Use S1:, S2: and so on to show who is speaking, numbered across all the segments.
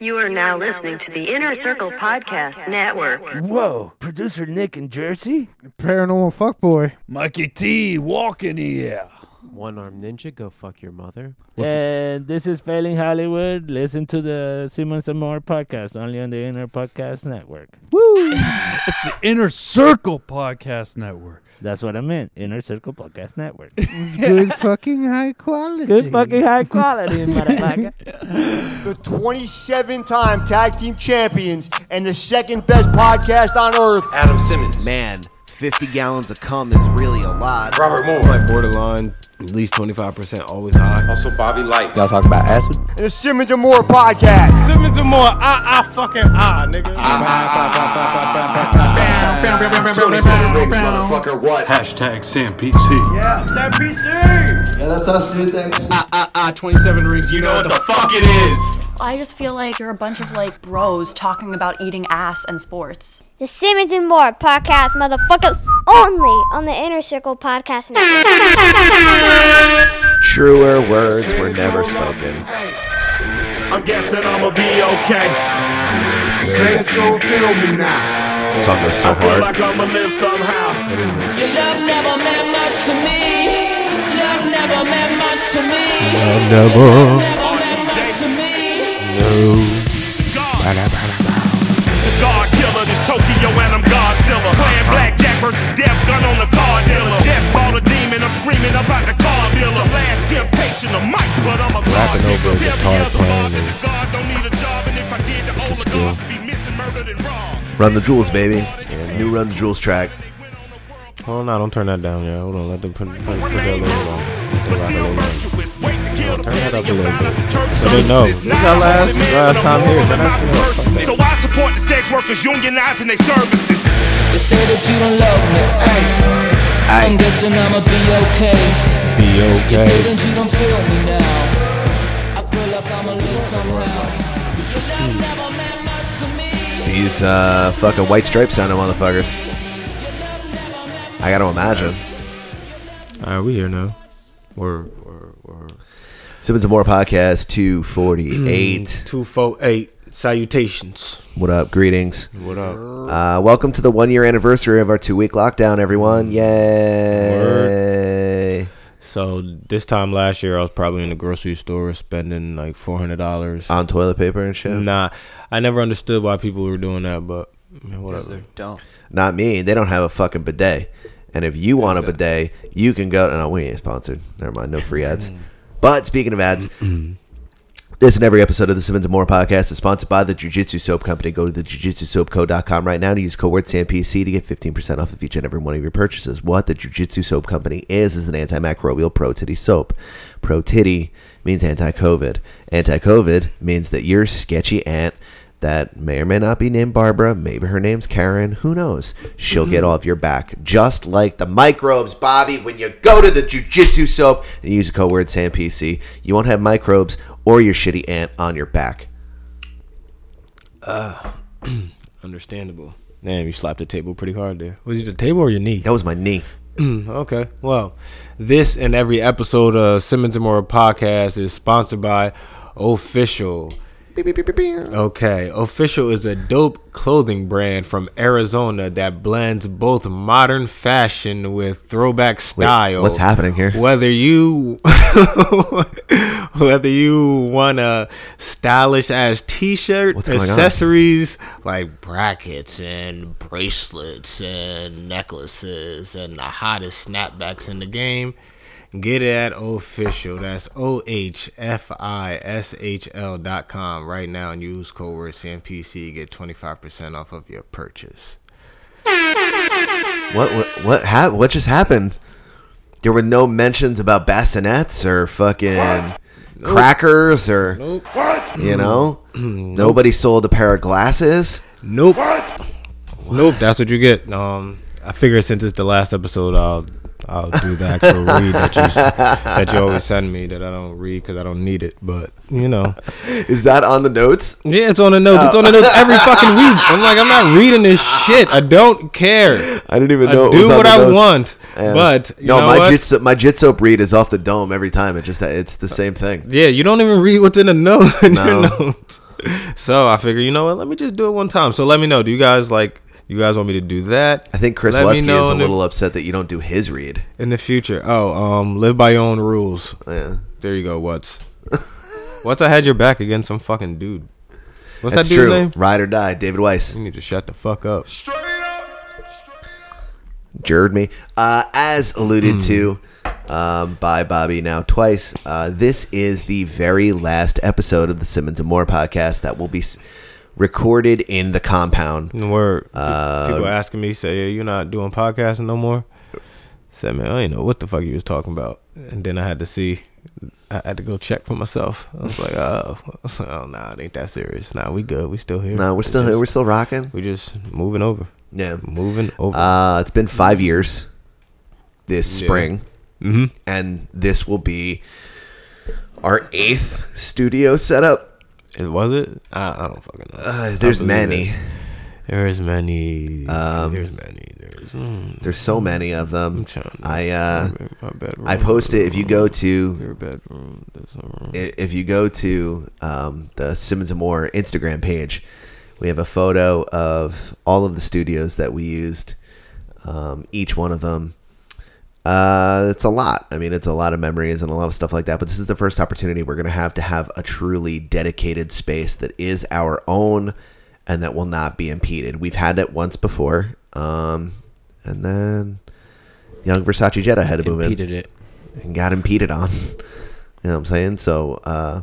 S1: You are now listening to the Inner Circle Podcast Network.
S2: Whoa, producer Nick in Jersey?
S3: Paranormal fuckboy.
S4: Mikey T, walking here.
S5: One armed ninja, go fuck your mother.
S2: And this is Failing Hollywood. Listen to the Simmons and More podcast, only on the Inner Podcast Network.
S4: It's the Inner Circle Podcast Network.
S2: That's what I meant. Inner Circle Podcast Network.
S3: Good fucking high quality.
S2: Good fucking high quality, motherfucker.
S6: the 27 time tag team champions and the second best podcast on earth.
S7: Adam Simmons.
S8: Man, 50 gallons of cum is really a lot.
S7: Robert Moore.
S8: Borderline, at least 25% always high.
S7: Also Bobby Light.
S9: Y'all talk about acid?
S6: And the Simmons and Moore podcast.
S10: Simmons and more. I, I fucking ah, nigga.
S7: 27 rings, motherfucker. What?
S10: Hashtag SamPC. Yeah, SamPC.
S9: Yeah, that's us, dude. Thanks.
S7: You know what the fuck it is.
S11: I just feel like you're a bunch of like bros talking about eating ass and sports.
S12: The Simmons and More podcast, motherfuckers. Only on the Inner Circle podcast. Network.
S8: Truer words were never spoken.
S10: I'm guessing I'ma be okay.
S7: Say it so, feel me now.
S8: Song goes so
S10: Feel
S8: hard.
S10: like I'ma live somehow.
S1: Your love never meant much to me. Love never meant much to me. Love never meant much to me.
S10: God. The God killer, this Tokyo and I'm Godzilla. Playing blackjack versus death gun on the card dealer. Just bought a demon, I'm screaming about the car dealer. Last temptation of Mike, but I'm a God
S8: Rapping over a
S10: dealer.
S8: guitar
S10: Tell me Beelzebub that
S8: playing
S10: the
S8: is
S10: God don't need a job, and if I did, the
S8: a
S10: older
S8: skill.
S10: gods would be missing, murdered, and wrong.
S8: Run the Jewels, baby. New Run the Jewels track.
S9: Hold on, Oh, don't turn that down, yo. Hold on, let them put, put, put that um,
S10: Remain
S9: later on.
S10: ruthless, but
S9: Let them rock it
S10: still
S9: later on.
S10: virtuous. Wait to kill the
S9: turn that
S10: penny and
S9: up a little
S10: foul
S9: bit.
S10: out the church
S9: So they know.
S10: services.
S9: This is our last-
S10: Now,
S9: last time
S10: I'm
S9: here,
S10: on
S9: man.
S10: my
S9: That's- that's-
S10: virtue. So I support the sex workers unionizing their services.
S1: They say that you don't love me. Hey. I'm guessing I'ma be okay.
S9: Be
S1: You say
S9: okay.
S1: that you don't feel me now. I feel like I'ma live somehow. Your love never meant much to me.
S8: These uh, fucking white stripes sound motherfuckers. I gotta imagine.
S9: Alright, we here now. We're, we're, we're
S8: Simmons and More podcast
S9: Mm.
S8: 248.
S9: 248. Salutations.
S8: what up? Greetings.
S9: What up?
S8: Uh, welcome to the one year anniversary of our two week lockdown, everyone. Yay.
S9: So, this time last year, I was probably in the grocery store spending like $400.
S8: On toilet paper and shit?
S9: Nah, I never understood why people were doing that, but I mean, whatever.
S5: Don't.
S8: Not me. They don't have a fucking bidet. And if you want a bidet, you can go. No, we ain't sponsored. Never mind. No free ads. But speaking of ads, this and every episode of the Simmons and More podcast is sponsored by the Jiu Jitsu Soap Company. Go to the jujitsusoapco.com right now to use code word SAMPC to get 15% off of each and every one of your purchases. What the Jiu Jitsu Soap Company is, is an anti microbial pro titty soap. Pro titty means anti COVID. Anti COVID means that your sketchy aunt that may or may not be named Barbara. Maybe her name's Karen. Who knows? She'll
S9: Mm-hmm.
S8: get all of your back, just like the microbes, Bobby. When you go to the jujitsu soap and use the code word SAMPC, you won't have microbes or your shitty aunt on your back.
S9: Understandable. Damn, you slapped the table pretty hard there. Was it the table or your knee?
S8: That was my knee.
S9: Mm, Okay. Well, this and every episode of Simmons and More podcast is sponsored by Official. Okay. Official is a dope clothing brand from Arizona that blends both modern fashion with throwback style.
S8: what's happening here?
S9: Whether you whether you want a stylish ass t-shirt,
S8: What's going on?
S9: accessories like brackets and bracelets and necklaces and the hottest snapbacks in the game, get it at official. That's O H F I S H L dot com right now and use code word SAMPC. Get 25% off of your purchase.
S8: What what what, hap- what just happened? There were no mentions about bassinets or fucking crackers or you know. Nobody sold a pair of glasses.
S9: Nope. Nope. That's what you get. Um, I figure since it's the last episode, I'll I'll do the actual read that you s- that you always send me that I don't read because I don't need it. But you know,
S8: Is that on the notes?
S9: yeah, it's on the notes. It's on the notes every fucking week. I'm like, I'm not reading this shit. I don't care.
S8: I didn't even
S9: I
S8: know. it was
S9: do
S8: on
S9: what
S8: the
S9: I
S8: notes.
S9: want,
S8: Yeah.
S9: but you
S8: no,
S9: know
S8: my
S9: what?
S8: jitsu, my jitsu read is off the dome every time. It just it's the same thing.
S9: yeah, you don't even read what's in the notes in
S8: No.
S9: your notes. so I figure, you know what? Let me just do it one time. So let me know. Do you guys like? You guys want me to do that?
S8: I think Chris
S9: Let me
S8: Wesky is
S9: know
S8: a
S9: in the-
S8: little upset that you don't do his read.
S9: in the future. Oh, um, live by your own rules. Yeah. There you go. What's What's I had your back against some fucking dude. What's
S8: That's
S9: that dude's
S8: true.
S9: name?
S8: Ride or die, David Weiss.
S9: You need to shut the fuck up.
S8: Jared me. Uh, as alluded
S9: Hmm.
S8: to um, by Bobby now twice, uh, this is the very last episode of the Simmons and Moore podcast that will be s- recorded in the compound.
S9: Word.
S8: Uh,
S9: People asking me, say, "Yeah, you're not doing podcasting no more. I said, man, I didn't know what the fuck you was talking about. And then I had to see, I had to go check for myself. I was like, oh, I was like, oh nah, it ain't that serious. Nah, we good. We still here.
S8: No, we're still here. We're still rocking.
S9: We're just moving over.
S8: Yeah.
S9: Moving over.
S8: Uh, it's been five years this
S9: Yeah.
S8: spring, mm-hmm. and this will be our eighth studio setup.
S9: It was it? I, I don't fucking know.
S8: Uh, there's
S9: I believe
S8: many.
S9: it. There's many.
S8: Um,
S9: there's many. There's. mm.
S8: There's so many of them. I uh,
S9: my bedroom,
S8: I post it if you go to
S9: your bedroom. There's a room.
S8: i- if you go to um, the Simmons and Moore Instagram page, we have a photo of all of the studios that we used, um, each one of them. Uh, it's a lot. I mean, it's a lot of memories and a lot of stuff like that. But this is the first opportunity we're going to have to have a truly dedicated space that is our own and that will not be impeded. We've had it once before, um, and then young Versace Jedi had to move in
S5: Impeded it.
S8: and got impeded on. you know what I'm saying? So uh,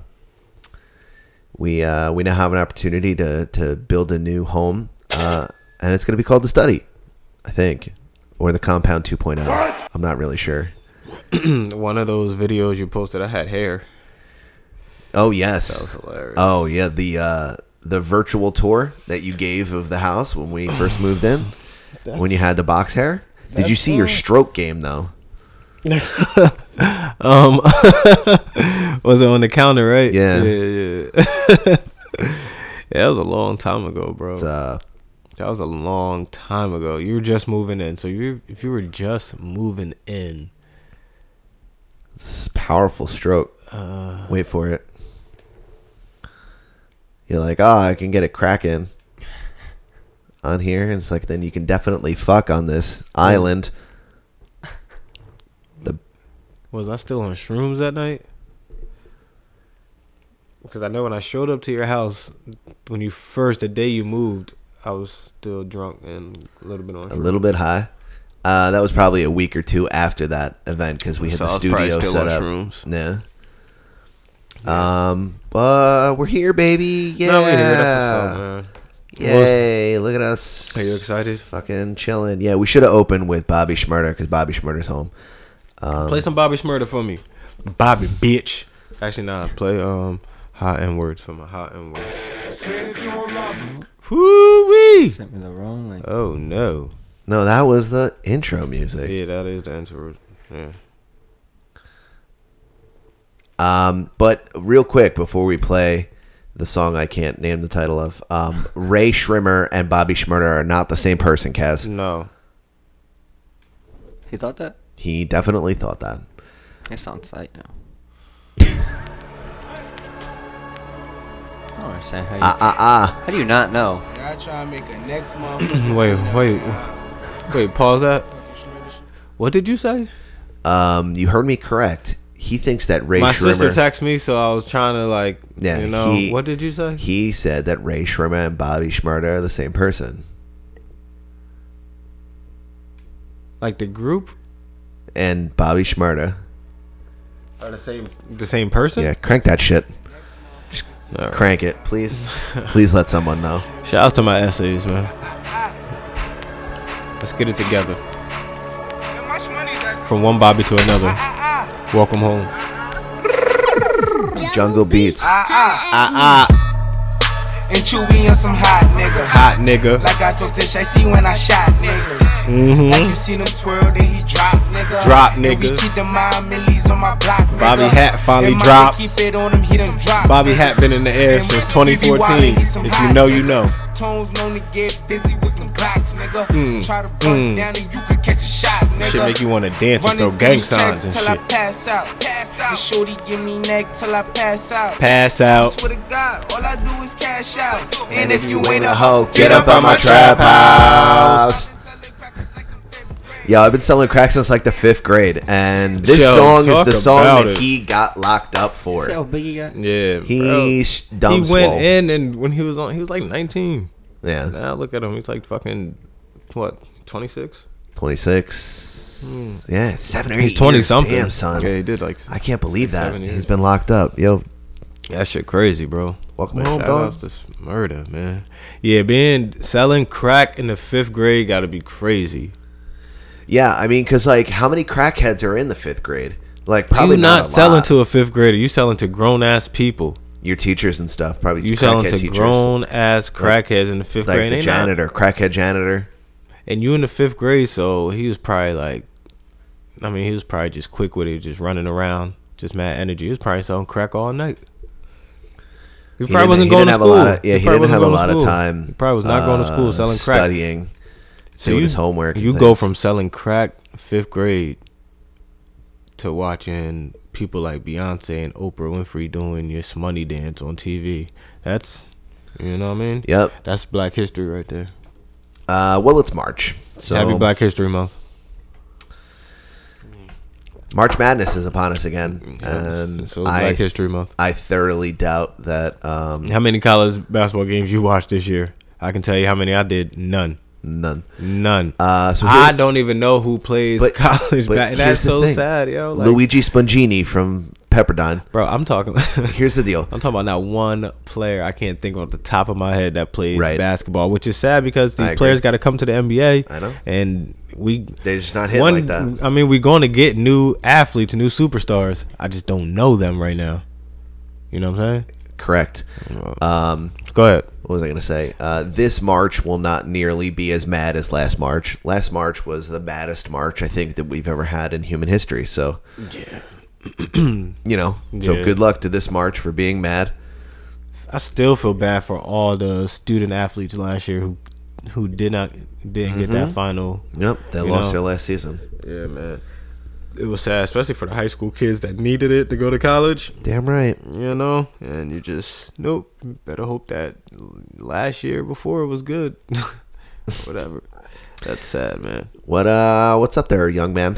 S8: we uh, we now have an opportunity to to build a new home, uh, and it's going to be called the study, I think, or the compound 2.0. I'm not really sure.
S9: Mm, One of those videos you posted, I had hair.
S8: Oh yes,
S9: That was hilarious.
S8: Oh yeah, the uh, the virtual tour that you gave of the house when we first moved in, when you had the box hair. Did you
S9: that's
S8: see your
S9: right.
S8: stroke game though?
S9: um, was it on the counter, right? Yeah,
S8: Yeah.
S9: yeah. Yeah, that was a long time ago, bro.
S8: uh,
S9: that was a long time ago. You were just moving in, so you if you were just moving in,
S8: This is a powerful stroke.
S9: uh,
S8: Wait for it. You're like, oh, I can get it cracking on here. And it's like, then you can definitely fuck on this island.
S9: was I still on shrooms that night? Because I know when I showed up to your house, when you first the day you moved, I was still drunk and a little bit on.
S8: A little bit high. Uh, that was probably a week or two after that event because we had
S9: So
S8: the
S9: I was probably
S8: studio
S9: still
S8: set
S9: on
S8: up.
S9: shrooms.
S8: Yeah. Um, but we're here, baby. Yeah.
S9: No, we're here. That's what's up, man.
S8: Yay! Look at us. Are
S9: you excited?
S8: Fucking chilling. Yeah, we should have opened with Bobby Schmurder because Bobby Schmurder's home. Um,
S9: Play some Bobby Schmurda for me. Bobby bitch. Actually, nah. Play um hot N words for my hot N words. Woo wee. Sent me the wrong link. Oh no.
S8: No, that was the intro music.
S9: Yeah, that is the intro. Yeah.
S8: Um, but real quick before we play the song I can't name the title of, um, Ray Shrimmer and Bobby Schmurder are not the same person, Kaz.
S9: No.
S13: He thought that?
S8: He definitely thought that.
S13: It's on site now. I don't understand how you.
S8: Ah, ah, ah.
S13: How do you not know?
S14: Y'all trying to make a next
S9: wait, wait, wait. Pause that. What did you say?
S8: Um, you heard me correct. He thinks that Ray
S9: my
S8: Shrimmer.
S9: sister texted me, so I was trying to like,
S8: yeah,
S9: you know,
S8: he-
S9: what did you say?
S8: He said that Ray Shrimmer and Bobby Schmurder are the same person.
S9: Like the group
S8: And Bobby Schmurder.
S9: are the same, the same person.
S8: Yeah, crank that shit. Just
S9: Alright.
S8: Crank it, please. please let someone know.
S9: Shout out to my essays, man. Let's get it together. From one Bobby to another. Welcome home.
S8: Jungle Beats.
S14: Ah,
S9: Ah ah.
S14: And Chewy on some hot nigga.
S9: Hot nigga.
S14: Like I told Tish, I see when I shot niggas. Like you
S9: Mm-hmm.
S14: seen him twirl, then he drop nigga.
S9: Drop,
S14: And we
S9: nigga.
S14: keep the mind millies on my block. Nigga.
S9: Bobby Hat finally
S14: And Mike
S9: dropped.
S14: Keep it on him, he done drop.
S9: Bobby Hat been in the air since 2014. If you know, you know.
S14: Tones known to get busy with them blocks, nigga.
S9: Mm,
S14: Try to bust
S9: mm.
S14: down and you could catch a shot, nigga.
S9: Shit make you wanna dance and
S14: Running
S9: throw gang
S14: these
S9: signs
S14: checks
S9: and
S14: till I
S9: shit.
S14: pass out. Pass out. shorty give me neck till I pass out.
S9: Pass out.
S14: Swear to God, all I do is cash out.
S8: And if you ain't a hoe, get up on my trap house. Yo, I've been selling crack since like the fifth grade, and this
S9: Yo,
S8: song is
S9: talk
S8: the song
S9: about
S8: that
S9: it.
S8: he got locked up for.
S13: So Biggie got-
S9: Yeah,
S8: He
S9: bro.
S8: sh- dumb
S9: He went
S8: swole.
S9: in and when he was on, he was like 19.
S8: Yeah.
S9: Now look at him. He's like fucking what, 26?
S8: Twenty six.
S9: Hmm.
S8: Yeah, seven or eight.
S9: He's 20
S8: years.
S9: something.
S8: Damn son.
S9: Yeah, he did like.
S8: I can't believe
S9: six,
S8: that
S9: seven
S8: he's
S9: years.
S8: been locked up. Yo,
S9: That shit crazy, bro.
S8: Welcome
S9: But
S8: home,
S9: shout
S8: dog.
S9: outs to s- murder, man. Yeah, being selling crack in the fifth grade got to be crazy.
S8: yeah. I mean, cause like, how many crackheads are in the fifth grade? Like, probably
S9: you
S8: not,
S9: not,
S8: a
S9: selling
S8: lot.
S9: to a fifth grader. You selling to grown ass people.
S8: your teachers and stuff. Probably
S9: You
S8: crackhead
S9: selling to
S8: teachers.
S9: grown ass
S8: Like-
S9: crackheads in the fifth
S8: like
S9: grade.
S8: the
S9: They not-
S8: janitor, crackhead janitor.
S9: and you in the fifth grade, so he was probably like, I mean, he was probably just quick with it, just running around, just mad energy. He was probably selling crack all night. He,
S8: He
S9: probably
S8: didn't-
S9: wasn't
S8: he
S9: going
S8: didn't
S9: to
S8: have a
S9: school.
S8: lot of- yeah,
S9: probably
S8: he didn't
S9: wasn't
S8: have a
S9: going to
S8: lot of
S9: school.
S8: time,
S9: He probably was not going to school
S8: uh,
S9: selling crack,
S8: studying, doing his homework and
S9: You go
S8: things.
S9: from selling crack fifth grade to watching people like Beyonce and Oprah Winfrey doing your money dance on TV. That's you know what I mean.
S8: Yep.
S9: That's Black History right there.
S8: Uh, well, it's March. So
S9: Happy Black History Month.
S8: March Madness is upon us again, and
S9: so is Black History Month.
S8: I thoroughly doubt that. Um,
S9: How many college basketball games you watched this year? I can tell you how many I did. None.
S8: None.
S9: None.
S8: Uh, so
S9: I
S8: here-
S9: don't even know who plays
S8: but-
S9: college
S8: but
S9: basketball.
S8: here's
S9: That's
S8: the
S9: so
S8: thing.
S9: sad, yo. Like,
S8: Luigi Spongini from Pepperdine.
S9: Bro, I'm talking.
S8: here's the deal.
S9: I'm talking about not one player I can't think of off the top of my head that plays
S8: Right.
S9: basketball, which is sad because
S8: I
S9: these
S8: agree.
S9: players got to come to the NBA. I
S8: know.
S9: And we
S8: They're just not hitting like that.
S9: I mean, we're going to get new athletes, new superstars. I just don't know them right now. You know what I'm saying?
S8: Correct. Um,
S9: Go ahead.
S8: What was I going to say? Uh, this March will not nearly be as mad as last March. Last March was the maddest March I think that we've ever had in human history. So, you know, so
S9: Yeah.
S8: good luck to this March for being mad.
S9: I still feel bad for all the student athletes last year who who did not didn't get that
S8: Mhm.
S9: final.
S8: Yep, they
S9: you
S8: lost
S9: know?
S8: their last season.
S9: Mm-hmm. Yeah, man. It was sad, especially for the high school kids that needed it to go to college.
S8: Damn right.
S9: You know, and you just nope. Better hope that last year before it was good. Whatever. That's sad, man.
S8: What uh, what's up there, young man?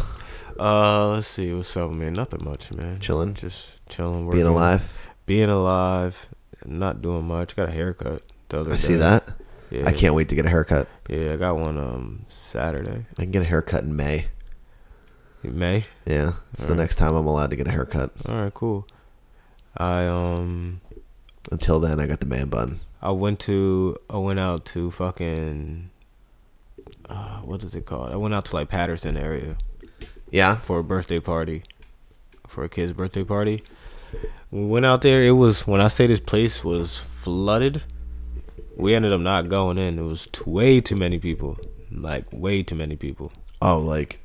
S9: Uh, let's see. What's up, man? Nothing much, man.
S8: Chilling?
S9: Just chilling.
S8: Being alive?
S9: Being alive. Not doing much. Got a haircut. The other
S8: I see
S9: day.
S8: that.
S9: Yeah.
S8: I can't wait to get a haircut.
S9: Yeah, I got one um Saturday.
S8: I can get a haircut in May.
S9: In May.
S8: Yeah, it's the
S9: Alright.
S8: next time I'm allowed to get a haircut.
S9: All right, cool. I um
S8: Until then, I got the man bun.
S9: I went to I went out to fucking uh, what is it called? I went out to like Patterson area.
S8: Yeah,
S9: for a birthday party, for a kid's birthday party. We went out there. It was when I say this place was flooded. We ended up not going in. It was t- way too many people, like way too many people.
S8: Oh, like,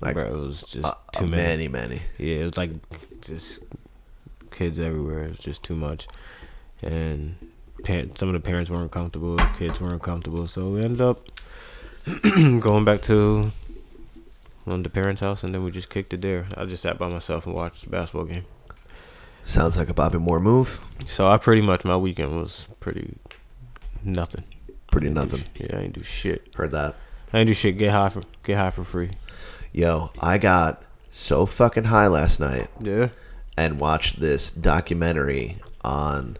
S8: like
S9: Bro, it was just
S8: uh,
S9: too
S8: uh,
S9: many.
S8: many, many.
S9: Yeah, it was like just kids everywhere. It was just too much, and par- some of the parents weren't comfortable. Kids weren't comfortable, so we ended up going back to one of the parents' house, and then we just kicked it there. I just sat by myself and watched the basketball game.
S8: Sounds like a Bobby Moore move.
S9: So I pretty much my weekend was pretty nothing.
S8: Pretty
S9: I didn't do
S8: nothing.
S9: sh- yeah, I didn't do shit.
S8: Heard that.
S9: I didn't do shit. Get high for get high for free.
S8: Yo, I got so fucking high last night.
S9: Yeah.
S8: And watched this documentary on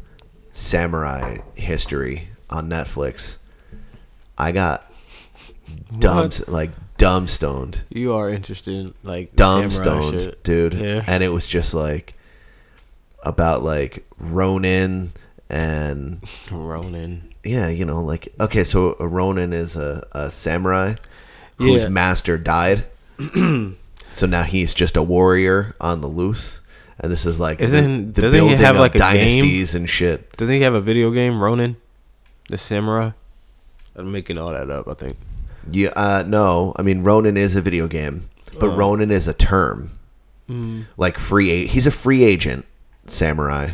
S8: samurai history on Netflix. I got dumb, like dumb stoned,
S9: You are interested, in, like
S8: dumb
S9: samurai
S8: stoned,
S9: shit.
S8: dude.
S9: Yeah.
S8: And it was just like about like Ronin and
S9: Ronin.
S8: Yeah, you know, like okay, so a Ronin is a, a samurai whose
S9: Yeah.
S8: master died. so now he's just a warrior on the loose. And this is like
S9: Isn't doesn't he have like a
S8: dynasties
S9: game?
S8: and shit.
S9: Doesn't he have a video game, Ronin, the samurai? I'm making all that up. I think.
S8: Yeah, uh, no, I mean Ronin is a video game, but
S9: Oh.
S8: Ronin is a term.
S9: Mm.
S8: Like free, a- he's a free agent samurai.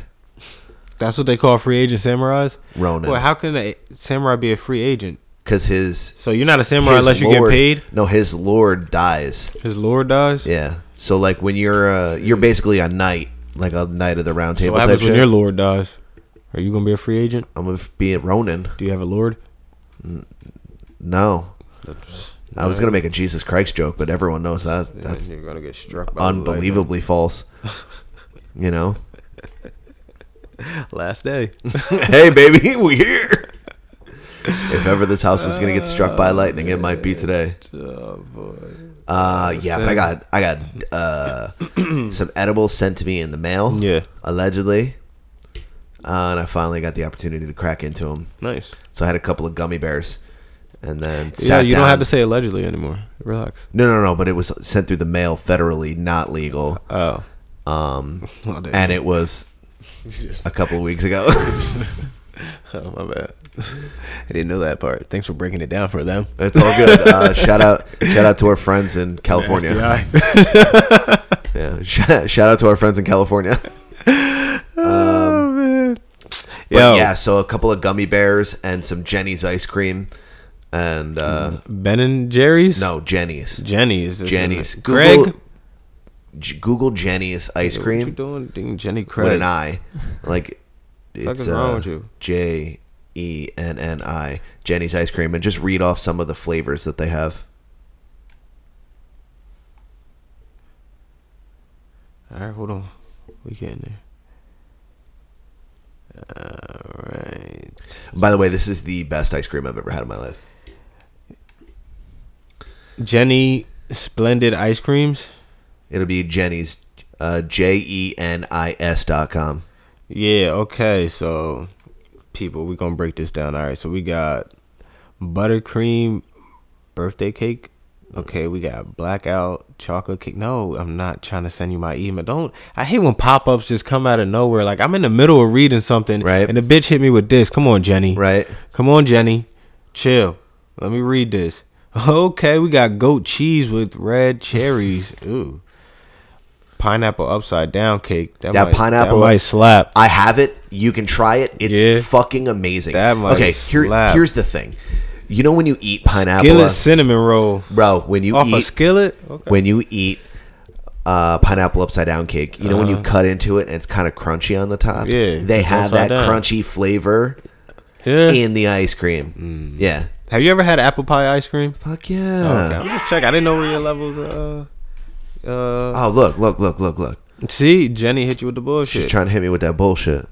S9: That's what they call free agent samurais.
S8: Ronin.
S9: Well, how can a samurai be a free agent?
S8: because his
S9: so you're not a samurai unless you get paid?
S8: No, his lord dies.
S9: His lord dies.
S8: Yeah. So like when you're uh, you're basically a knight, like a knight of the round
S9: So
S8: table.
S9: what
S8: type
S9: happens when
S8: shit.
S9: your lord dies? Are you gonna be a free agent?
S8: I'm gonna be a Ronin.
S9: Do you have a lord?
S8: No. I was gonna make a Jesus Christ joke, but everyone knows that that's
S9: you're gonna get struck by the lightning.
S8: unbelievably false. You know.
S9: Last day.
S8: hey baby, we here. If ever this house was gonna get struck by lightning, it might be today.
S9: Oh,
S8: Uh yeah, but I got I got uh some edibles sent to me in the mail.
S9: Yeah.
S8: Allegedly. Uh, and I finally got the opportunity to crack into them.
S9: Nice.
S8: So I had a couple of gummy bears, and then
S9: Yeah,
S8: sat
S9: you don't
S8: down-
S9: have to say allegedly anymore. Relax.
S8: no, no, no. But it was sent through the mail, federally, not legal.
S9: Oh.
S8: Um,
S9: Well, damn.
S8: and it was a couple of weeks ago.
S9: Oh my bad. I didn't know that part. Thanks for breaking it down for them.
S8: it's all good. Uh, shout out, shout out to our friends in California. yeah, shout, shout out to our friends in California.
S9: oh man.
S8: But
S9: Yo.
S8: yeah, so a couple of gummy bears and some Jenny's ice cream, and uh,
S9: Ben and Jerry's.
S8: no Jenny's,
S9: Mm. Jenny's. isn't
S8: Jenny's.
S9: it?
S8: Google,
S9: Craig.
S8: J- Google Jenny's ice
S9: Yo,
S8: cream.
S9: What you doing? Ding, Jenny Craig.
S8: with an I. Like
S9: Fuck
S8: it's
S9: is wrong
S8: uh,
S9: with you?
S8: J E N N I Jenny's ice cream, and just read off some of the flavors that they have.
S9: All right, hold on. We getting there. All right.
S8: By the way, this is the best ice cream I've ever had in my life.
S9: Jenny Splendid Ice Creams.
S8: It'll be Jenny's uh, J E N I S dot com.
S9: Yeah. Okay. So, people, we're gonna break this down. All right. So we got buttercream birthday cake. Okay, we got blackout chocolate cake. No, I'm not trying to send you my email. Don't. I hate when pop ups just come out of nowhere. Like I'm in the middle of reading something, right? And the bitch hit me with this. Come on, Jenny.
S8: Right.
S9: Come on, Jenny. Chill. Let me read this. Okay, we got goat cheese with red cherries. Ooh. Pineapple upside down cake. That,
S8: That
S9: might,
S8: pineapple-
S9: that might slap.
S8: I have it. You can try it. It's
S9: Yeah.
S8: fucking amazing.
S9: That might
S8: okay, here,
S9: slap.
S8: here's the thing. You know when you eat pineapple,
S9: skillet cinnamon roll
S8: bro? When you
S9: off
S8: eat
S9: a skillet. Okay.
S8: when you eat uh, pineapple upside down cake, you know when you cut into it and it's kind of crunchy on the top.
S9: Uh-huh. Yeah,
S8: they
S9: it's
S8: have
S9: upside
S8: that
S9: down.
S8: crunchy flavor
S9: Yeah.
S8: in the ice cream. Yeah,
S9: Have you ever had apple pie ice cream?
S8: fuck
S9: Oh,
S8: yeah.
S9: okay. I'm just checking. I didn't know where your levels. Uh, uh.
S8: Oh look, look, look, look, look.
S9: See, Jenny hit you with the
S8: She's
S9: bullshit.
S8: trying to hit me with that bullshit.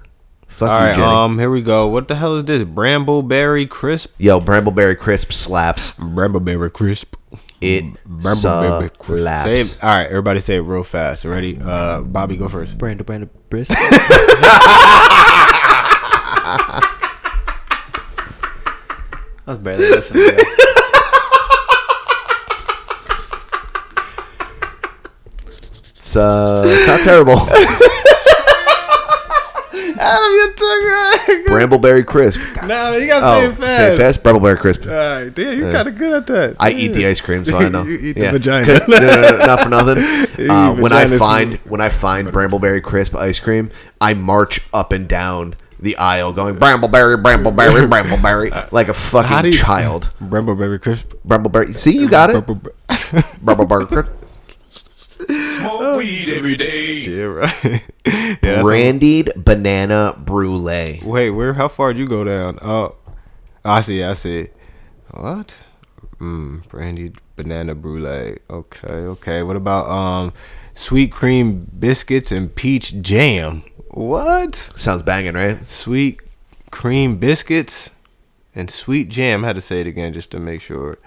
S8: Fuck
S9: All
S8: you,
S9: right,
S8: Jenny.
S9: um, here we go. What the hell is this? Brambleberry crisp.
S8: Yo, Brambleberry crisp slaps.
S9: Brambleberry crisp.
S8: It
S9: Brambleberry crisp.
S8: slaps.
S9: Say it- all right, everybody say it real fast. Ready? Uh, Bobby, go first.
S13: Brando, Brando, Brisk. I was barely listening. to it.
S8: It's, uh, it's not terrible.
S9: Adam, you took
S8: Brambleberry crisp.
S9: No, you gotta say it
S8: Oh,
S9: fast.
S8: say it fast. Brambleberry crisp.
S9: All right, damn, you
S8: Yeah.
S9: kind of good at that.
S8: I eat the ice cream, so I know.
S9: You eat the
S8: Yeah.
S9: vagina.
S8: no, no, no, not for nothing.
S9: You
S8: Uh,
S9: eat
S8: when I
S9: vagina
S8: find when I find Brambleberry crisp ice cream, I march up and down the aisle going Brambleberry, Brambleberry, Brambleberry, like a
S9: How do
S8: fucking
S9: you-
S8: child.
S9: Brambleberry crisp.
S8: Brambleberry. See, you got it. Brambleberry crisp.
S7: Smoke weed every day.
S9: Yeah, right. yeah, that's what-
S8: Brandied banana brulee.
S9: Wait, where? How far did you go down? Oh, I see. I see. What? Mm, brandy banana brulee. Okay, okay. What about um, sweet cream biscuits and peach jam? What?
S8: Sounds banging, right?
S9: Sweet cream biscuits and sweet jam. I had to say it again just to make sure.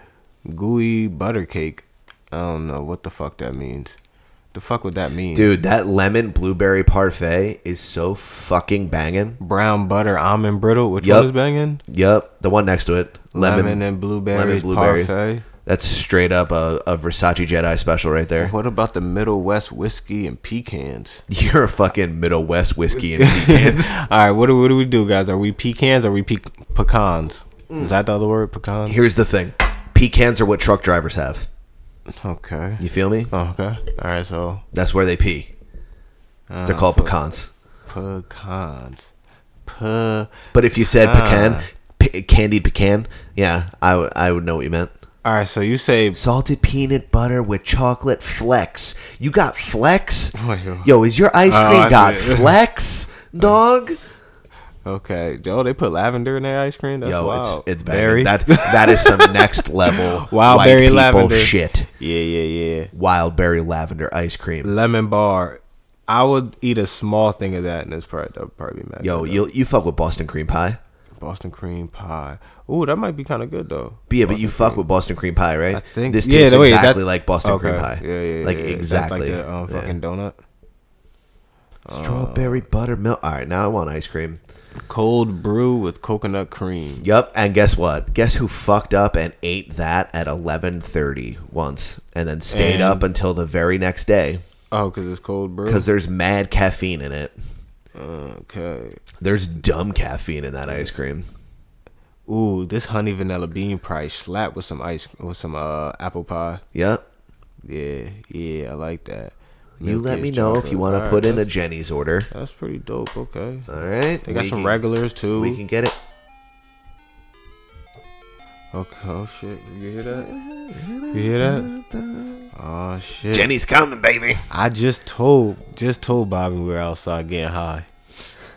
S9: Gooey butter cake. I don't know what the fuck that means. The fuck would that mean?
S8: Dude, that lemon blueberry parfait is so fucking banging.
S9: Brown butter almond brittle. Which
S8: Yup.
S9: one is banging?
S8: Yep, the one next to it.
S9: Lemon, and blueberries.
S8: lemon blueberry.
S9: Parfait.
S8: That's straight up a, a Versace Jedi special right there.
S9: What about the Middle West whiskey and pecans?
S8: You're a fucking Middle West whiskey and pecans.
S9: All right, what do, what do we do, guys? Are we pecans? Or are we pe- pecans?
S8: Mm.
S9: Is that the other word, pecan?
S8: Here's the thing pecans are what truck drivers have.
S9: Okay.
S8: You feel me?
S9: Oh, okay. All right, so
S8: That's where they pee. They're
S9: uh,
S8: called
S9: so
S8: pecans.
S9: Pecans. Pe-
S8: But if you said pecan,
S9: Ah.
S8: pe- candied pecan. Yeah, I, w- I would know what you meant.
S9: All right, so you say
S8: salted peanut butter with chocolate flex. You got flex?
S9: Wait, what?
S8: Yo, is your ice
S9: Oh,
S8: cream
S9: I
S8: got
S9: see.
S8: flex, dog?
S9: Okay. Oh, they put lavender in their ice cream. That's
S8: Yo,
S9: wild.
S8: it's it's berry. That that is some next level
S9: Wild
S8: white
S9: berry
S8: people
S9: lavender.
S8: shit.
S9: Yeah, yeah, yeah.
S8: Wild berry lavender ice cream.
S9: Lemon bar. I would eat a small thing of that, and it's probably that would probably be mad.
S8: Yo, you you fuck with Boston cream pie?
S9: Boston cream pie. Ooh, that might be kind of good though.
S8: But yeah, but you fuck with Boston cream pie, right? I
S9: think-
S8: this
S9: yeah,
S8: tastes
S9: wait, that-
S8: exactly like Boston cream
S9: okay.
S8: pie.
S9: Yeah, yeah, yeah,
S8: like
S9: yeah. That's like
S8: exactly.
S9: the, um, fucking uh, donut.
S8: Strawberry buttermilk. All right, now I want ice cream.
S9: Cold brew with coconut cream.
S8: Yep, and guess what? Guess who fucked up and ate that at 11:30 once and then stayed
S9: And-
S8: up until the very next day
S9: Oh, because it's cold brew.
S8: cuz there's mad caffeine in it.
S9: okay.
S8: There's dumb caffeine in that ice cream.
S9: Ooh, this honey vanilla bean pie slap with some ice with some uh apple pie.
S8: Yep.
S9: Yeah, yeah, I like that.
S8: You
S9: Milk
S8: let me
S9: is
S8: know if
S9: chocolate.
S8: you want to
S9: Alright,
S8: put in a
S9: that's-
S8: Jenny's order.
S9: That's pretty dope. Okay.
S8: All right.
S9: They got
S8: we
S9: some
S8: can-
S9: regulars too.
S8: We can get it.
S9: Okay. Oh shit! You hear that? You hear that? Oh shit!
S8: Jenny's coming, baby.
S9: I just told just told Bobby we were outside getting high.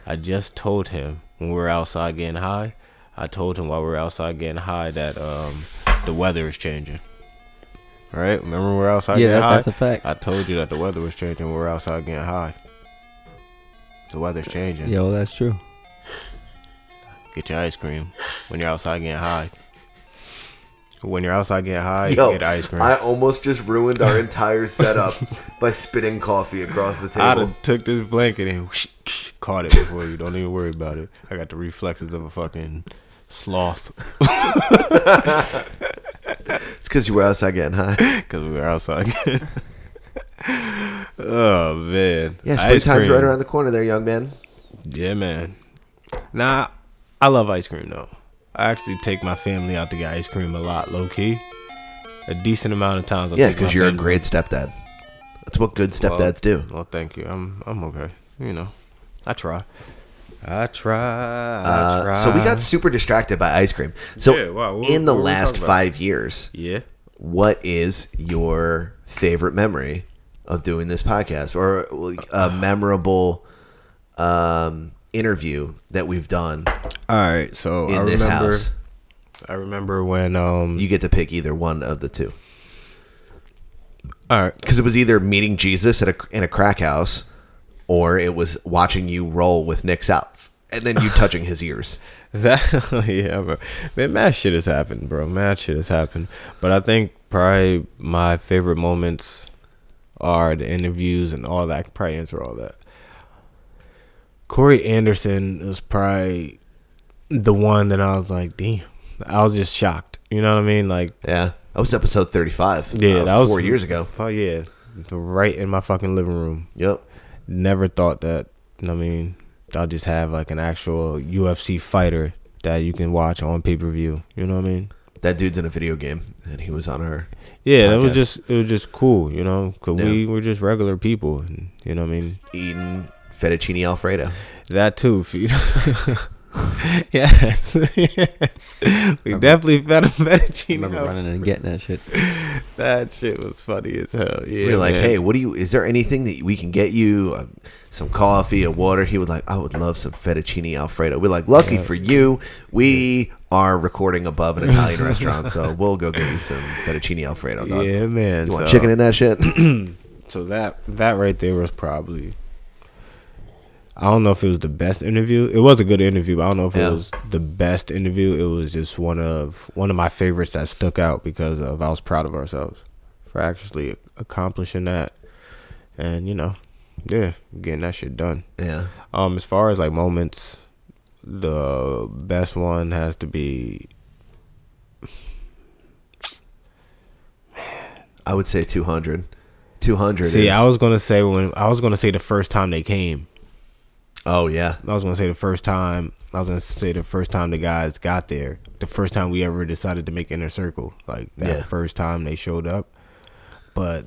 S9: I just told him when we were outside getting high. I told him while we were outside getting high that um the weather is changing. All right, remember when we were outside
S13: Yeah,
S9: getting high?
S13: that- that's a fact.
S9: I told you that the weather was changing when we were outside getting high. The weather's changing.
S13: Yo, that's true.
S9: Get your ice cream when you're outside getting high. When you're outside getting high,
S8: Yo,
S9: get ice cream.
S8: I almost just ruined our entire setup by spitting coffee across the
S9: I'd
S8: table.
S9: have took this blanket and caught it before you. Don't even worry about it. I got the reflexes of a fucking sloth.
S8: It's because you were outside getting high.
S9: Because we were outside. oh man.
S8: Yeah,
S9: Ice
S8: springtime's
S9: cream.
S8: right around the corner there, young man.
S9: Yeah, man. Nah, I love ice cream though. I actually take my family out to get ice cream a lot, low key. A decent amount of times. I'll
S8: Yeah,
S9: take my
S8: because you're a
S9: family.
S8: great stepdad. That's what good
S9: Well-
S8: stepdads do.
S9: Well, thank you. I'm I'm okay. You know, I try. I try. I
S8: Uh,
S9: try.
S8: so we got super distracted by ice cream. So
S9: Yeah, wow, what-
S8: in the
S9: what were we
S8: last
S9: talking about?
S8: five years,
S9: Yeah.
S8: what is your favorite memory of doing this podcast, or like, a memorable um, interview that we've done?
S9: All right, so
S8: in
S9: I
S8: this
S9: remember.
S8: house,
S9: I remember when um.
S8: you get to pick either one of the two.
S9: All right.
S8: because it was either meeting Jesus at a in a crack house, or it was watching you roll with Nick Souts and then you touching his ears.
S9: That yeah, bro. Man, mad shit has happened, bro. Mad shit has happened. But I think probably my favorite moments are the interviews and all that. I could probably answer all that. Corey Anderson was probably the one that I was like, damn. I was just shocked. You know what I mean? Like
S8: Yeah, that was episode thirty five.
S9: yeah, that was
S8: four years ago.
S9: Oh yeah, right in my fucking living room.
S8: Yep.
S9: Never thought that. I mean, I'll just have like an actual UFC fighter that you can watch on pay per view. You know what I mean?
S8: That dude's in a video game, and he was on our.
S9: Yeah, that was
S8: podcast
S9: just it was just cool. You know, 'cause
S8: Yeah.
S9: we were just regular people. and, You know what I mean?
S8: eating fettuccine alfredo.
S9: That too, feed. yes, yes. We definitely fed him fettuccine.
S13: remember
S9: out.
S13: running and getting that shit.
S9: That shit was funny as hell. Yeah,
S8: we were like,
S9: man.
S8: "Hey, what do you? Is there anything that we can get you? Uh, some coffee or water?" He was like, "I would love some fettuccine alfredo." We're like, "Lucky
S9: Yeah.
S8: for you, we are recording above an Italian restaurant, so we'll go get you some fettuccine alfredo." Dog.
S9: Yeah, man.
S8: You want
S9: so-
S8: chicken in that shit?
S9: So that that right there was probably I don't know if it was the best interview. It was a good interview, but I don't know if
S8: Yeah.
S9: it was the best interview. It was just one of one of my favorites that stuck out because of I was proud of ourselves for actually accomplishing that. And you know, yeah, getting that shit done.
S8: yeah.
S9: Um, as far as like moments, the best one has to be
S8: I would say 200. 200
S9: See,
S8: is,
S9: I was gonna say when I was gonna say the first time they came.
S8: Oh yeah.
S9: I was gonna say the first time. I was gonna say the first time the guys got there. The first time we ever decided to make inner circle. Like that
S8: Yeah.
S9: first time they showed up. But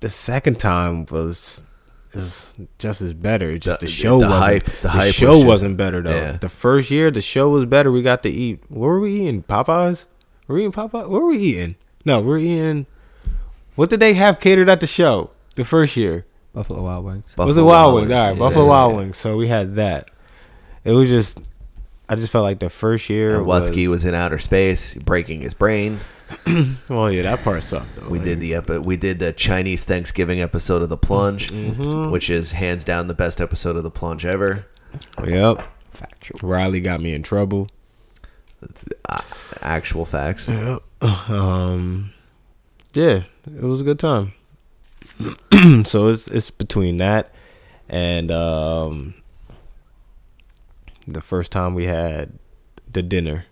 S9: the second time was is just as better. It's just
S8: The-
S9: the, show
S8: the
S9: wasn't
S8: hype- the
S9: the,
S8: hype
S9: show
S8: was just-
S9: wasn't better though.
S8: yeah.
S9: The first year the show was better. We got to eat. What were we eating? Popeyes? Were we eating Popeyes? What were we eating? No, we we're eating. What did they have catered at the show the first year?
S13: Buffalo Wild Wings.
S9: was it Wild
S13: Buffalo Wild
S9: Wings?
S13: Wings,
S9: All right,
S13: yeah.
S9: Buffalo
S13: Yeah,
S9: Wild
S13: yeah.
S9: Wings. So we had that. It was just, I just felt like the first year
S8: And
S9: was.
S8: Wutzke was in outer space, breaking his brain.
S9: well, Oh, yeah, that part sucked. Though.
S8: We did the epi- we did the Chinese Thanksgiving episode of the Plunge,
S9: Mhm.
S8: which is hands down the best episode of the Plunge ever.
S9: Yep. Riley got me in trouble.
S8: Uh, Actual facts.
S9: Um, yeah, it was a good time. so it's it's between that and um, the first time we had the dinner.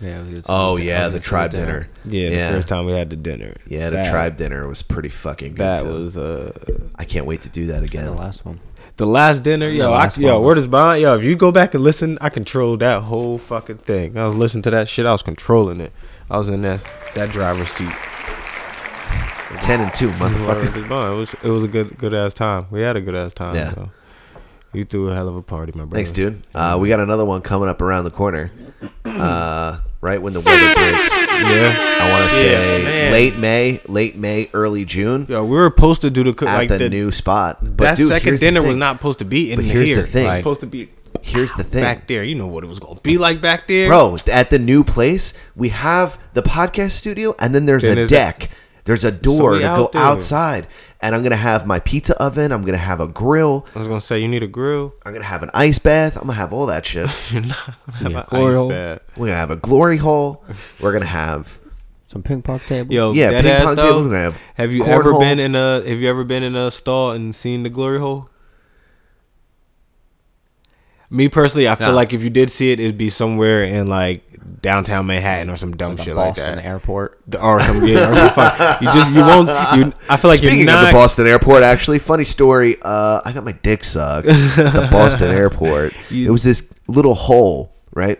S13: Yeah. It was
S8: Oh yeah, the tribe dinner.
S9: Yeah, the first time we had the dinner.
S8: Yeah, the
S9: That-
S8: tribe dinner was pretty fucking good.
S9: That
S8: too.
S9: was uh
S8: I can't wait to do that again.
S13: The last one.
S9: the last dinner, yo,
S13: The last
S9: I, yo,
S13: one
S9: where does Bond, yo? If you go back and listen, I controlled that whole fucking thing. I was listening to that shit. I was controlling it. I was in that that driver's seat.
S8: Ten and two,
S9: Where
S8: motherfucker.
S9: was Bond? It was it was a good good ass time. We had a good ass time.
S8: Yeah.
S9: So. You threw a hell of a party, my brother.
S8: Thanks, dude. Uh, we got another one coming up around the corner. Uh, right when the weather breaks.
S9: Yeah.
S8: I want to
S9: Yeah,
S8: say
S9: man.
S8: late May, late May, early June.
S9: Yo, we were supposed to do the cook
S8: at
S9: like
S8: the,
S9: the-
S8: new spot. But
S9: that
S8: dude,
S9: second
S8: here's the
S9: dinner was
S8: thing.
S9: not supposed to be in
S8: But here's
S9: here.
S8: the thing.
S9: It was supposed to be
S8: Here's the thing.
S9: back there. You know what it was gonna be like back there,
S8: Bro, at the new place, we have the podcast studio, and then there's
S9: Then
S8: a
S9: there's a-
S8: deck. there's a door
S9: we
S8: to
S9: out
S8: go
S9: there.
S8: outside, and I'm gonna have my pizza oven. I'm gonna have a grill.
S9: I was gonna say you need a grill.
S8: I'm gonna have an ice bath. I'm gonna have all that shit.
S9: You're not gonna have
S13: Yeah,
S9: an
S13: glory
S9: ice
S13: hole.
S9: bath.
S8: We're gonna have a glory hole. We're gonna have
S13: Some ping pong table.
S9: Yo,
S8: Yeah,
S9: Oh, dead
S8: ping
S9: ass
S8: pong
S9: though,
S8: table, we're gonna have
S9: have, you ever
S8: cornhole.
S9: been in a have you ever been in a stall and seen the glory hole? Me personally, I feel
S13: Nah.
S9: like if you did see it, it'd be somewhere in like downtown Manhattan or some dumb
S13: the
S9: shit
S13: Boston
S9: like that.
S13: airport.
S9: The- Or some yeah, or some fuck. You just you won't. You, I feel like
S8: Speaking
S9: you're not.
S8: of the Boston airport, actually, funny story. Uh, I got my dick sucked at the Boston airport.
S9: You-
S8: it was this little hole, right?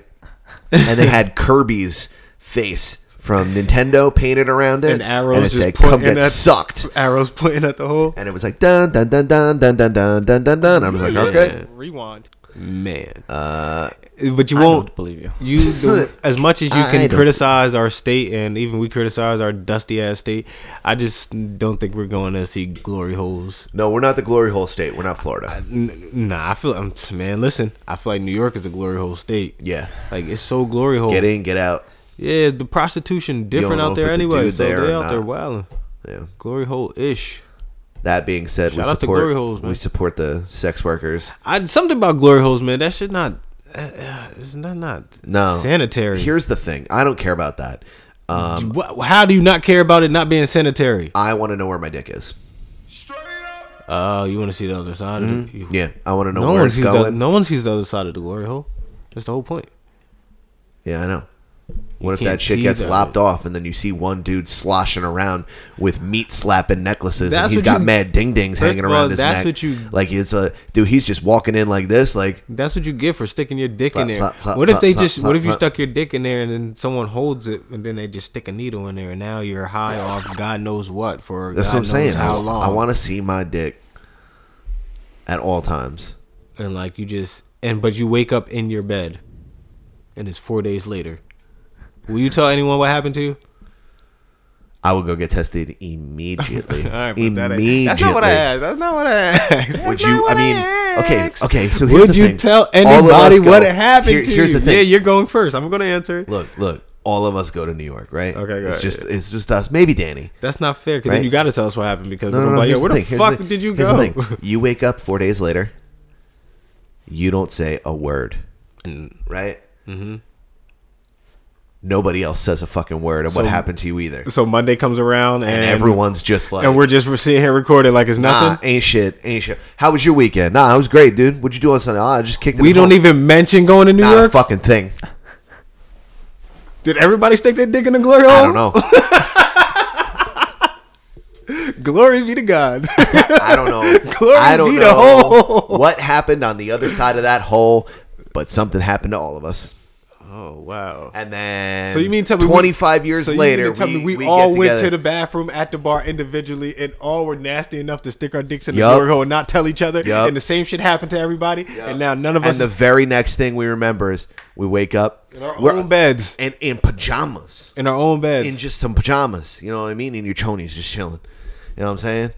S8: And they had Kirby's face from Nintendo painted around it,
S9: and arrows
S8: it
S9: just
S8: said,
S9: pointing
S8: "Come get
S9: at
S8: sucked."
S9: Arrows pointing at the hole.
S8: And it was like dun dun dun dun dun dun dun dun dun dun. I was like, okay,
S9: Rewind. Man.
S8: uh,
S9: But you
S13: I
S9: won't
S13: don't believe you.
S9: You do, as much as you
S8: I- I
S9: can
S8: don't-
S9: criticize our state, and even we criticize our dusty ass state. I just don't think we're going to see glory holes.
S8: no, we're not the glory hole state. We're not Florida.
S9: N- Nah, I feel um, man. Listen, I feel like New York is a glory hole state.
S8: Yeah,
S9: Like it's so glory hole.
S8: get in, get out.
S9: Yeah, the prostitution different
S8: know
S9: out there
S8: if it's a
S9: anyway.
S8: dude
S9: So
S8: there
S9: they
S8: or
S9: out there
S8: not.
S9: wilding.
S8: Yeah.
S9: Glory hole ish.
S8: That being said, we
S9: Shout out to
S8: support
S9: glory holes, man.
S8: we support the sex workers.
S9: I something about glory holes, man. That should not. Uh, uh, it's not not
S8: No
S9: sanitary.
S8: Here's the thing. I don't care about that. Um,
S9: Wha- how do you not care about it not being sanitary?
S8: I want to know where my dick is.
S9: Oh, you want to see the other side? Of the, you-
S8: Mm-hmm. Yeah, I want to know
S9: No
S8: where
S9: one
S8: it's
S9: sees
S8: going.
S9: the no one sees the other side of the glory hole. That's the whole point.
S8: Yeah, I know. What if
S9: can't
S8: that shit
S9: see
S8: gets
S9: that.
S8: lopped off and then you see one dude sloshing around with meat slapping necklaces
S9: That's
S8: and he's
S9: what
S8: got
S9: you-
S8: mad ding dings
S9: First
S8: hanging
S9: of
S8: around
S9: all,
S8: his
S9: that's
S8: neck?
S9: what you-
S8: like it's a dude. He's just walking in like this. Like
S9: That's what you get for sticking your dick in
S8: Slap,
S9: there.
S8: slap, slap,
S9: what if
S8: slap,
S9: they
S8: slap,
S9: just?
S8: slap,
S9: what if you
S8: slap.
S9: stuck your dick in there and then someone holds it and then they just stick a needle in there and now you're high off God knows what for
S8: that's
S9: God
S8: what I'm
S9: knows
S8: saying.
S9: how
S8: I-
S9: long.
S8: I want to see my dick at all times.
S9: and like you just and but you wake up in your bed and it's four days later. Will you tell anyone what happened to you?
S8: I would go get tested immediately.
S9: All right, but that
S8: immediately.
S9: ain't, that's not what I asked. That's not what I asked.
S8: Would you? I mean, okay, okay. So here's
S9: Would
S8: the
S9: you
S8: thing.
S9: tell
S8: All of us
S9: anybody
S8: go-
S9: what happened
S8: here-
S9: to
S8: Here's
S9: you?
S8: the thing.
S9: Yeah, you're going first. I'm going to answer. it.
S8: look, look. All of us go to New York, right?
S9: Okay, go
S8: It's
S9: ahead.
S8: just it's just us. Maybe Danny.
S9: That's not fair. Because
S8: Right?
S9: then you got to tell us what happened. Because
S8: No,
S9: we're
S8: no, no.
S9: gonna be
S8: Here's
S9: like, yo, where the,
S8: thing. Here's
S9: fuck
S8: thing.
S9: did you
S8: Here's the
S9: go?
S8: thing. You wake up four days later. You don't say a word,
S9: Mm.
S8: right?
S9: Mhm.
S8: Nobody else says a fucking word of
S9: So-
S8: what happened to you either,
S9: So Monday comes around and,
S8: and everyone's just like,
S9: and we're just sitting here recording like it's
S8: nah,
S9: nothing.
S8: ain't shit, ain't shit. How was your weekend? Nah, it was great, dude. What'd you do on Sunday? Ah, I just kicked. it
S9: we
S8: at
S9: don't
S8: home.
S9: even mention going to New
S8: not a
S9: York.
S8: fucking thing.
S9: Did everybody stick their dick in the glory hole?
S8: I don't know.
S9: Glory be to God.
S8: I don't know.
S9: Glory
S8: I don't
S9: be to
S8: know what happened on the other side of that hole, but something happened to all of us.
S9: Oh wow!
S8: And then
S9: so you mean tell me we-
S8: 25 years
S9: so you mean
S8: later,
S9: to tell me we,
S8: we- we
S9: all
S8: get
S9: went to
S8: together.
S9: the bathroom at the bar individually, and all were nasty enough to stick our dicks in
S8: Yup.
S9: the glory hole and not tell each other,
S8: Yup.
S9: and the same shit happened to everybody, and now none of us.
S8: and the very next thing we remember is we wake up
S9: In our
S8: we're-
S9: own beds.
S8: and in pajamas,
S9: in our own beds,
S8: in just some pajamas. You know what I mean? And your chonies just chilling. You know what I'm saying?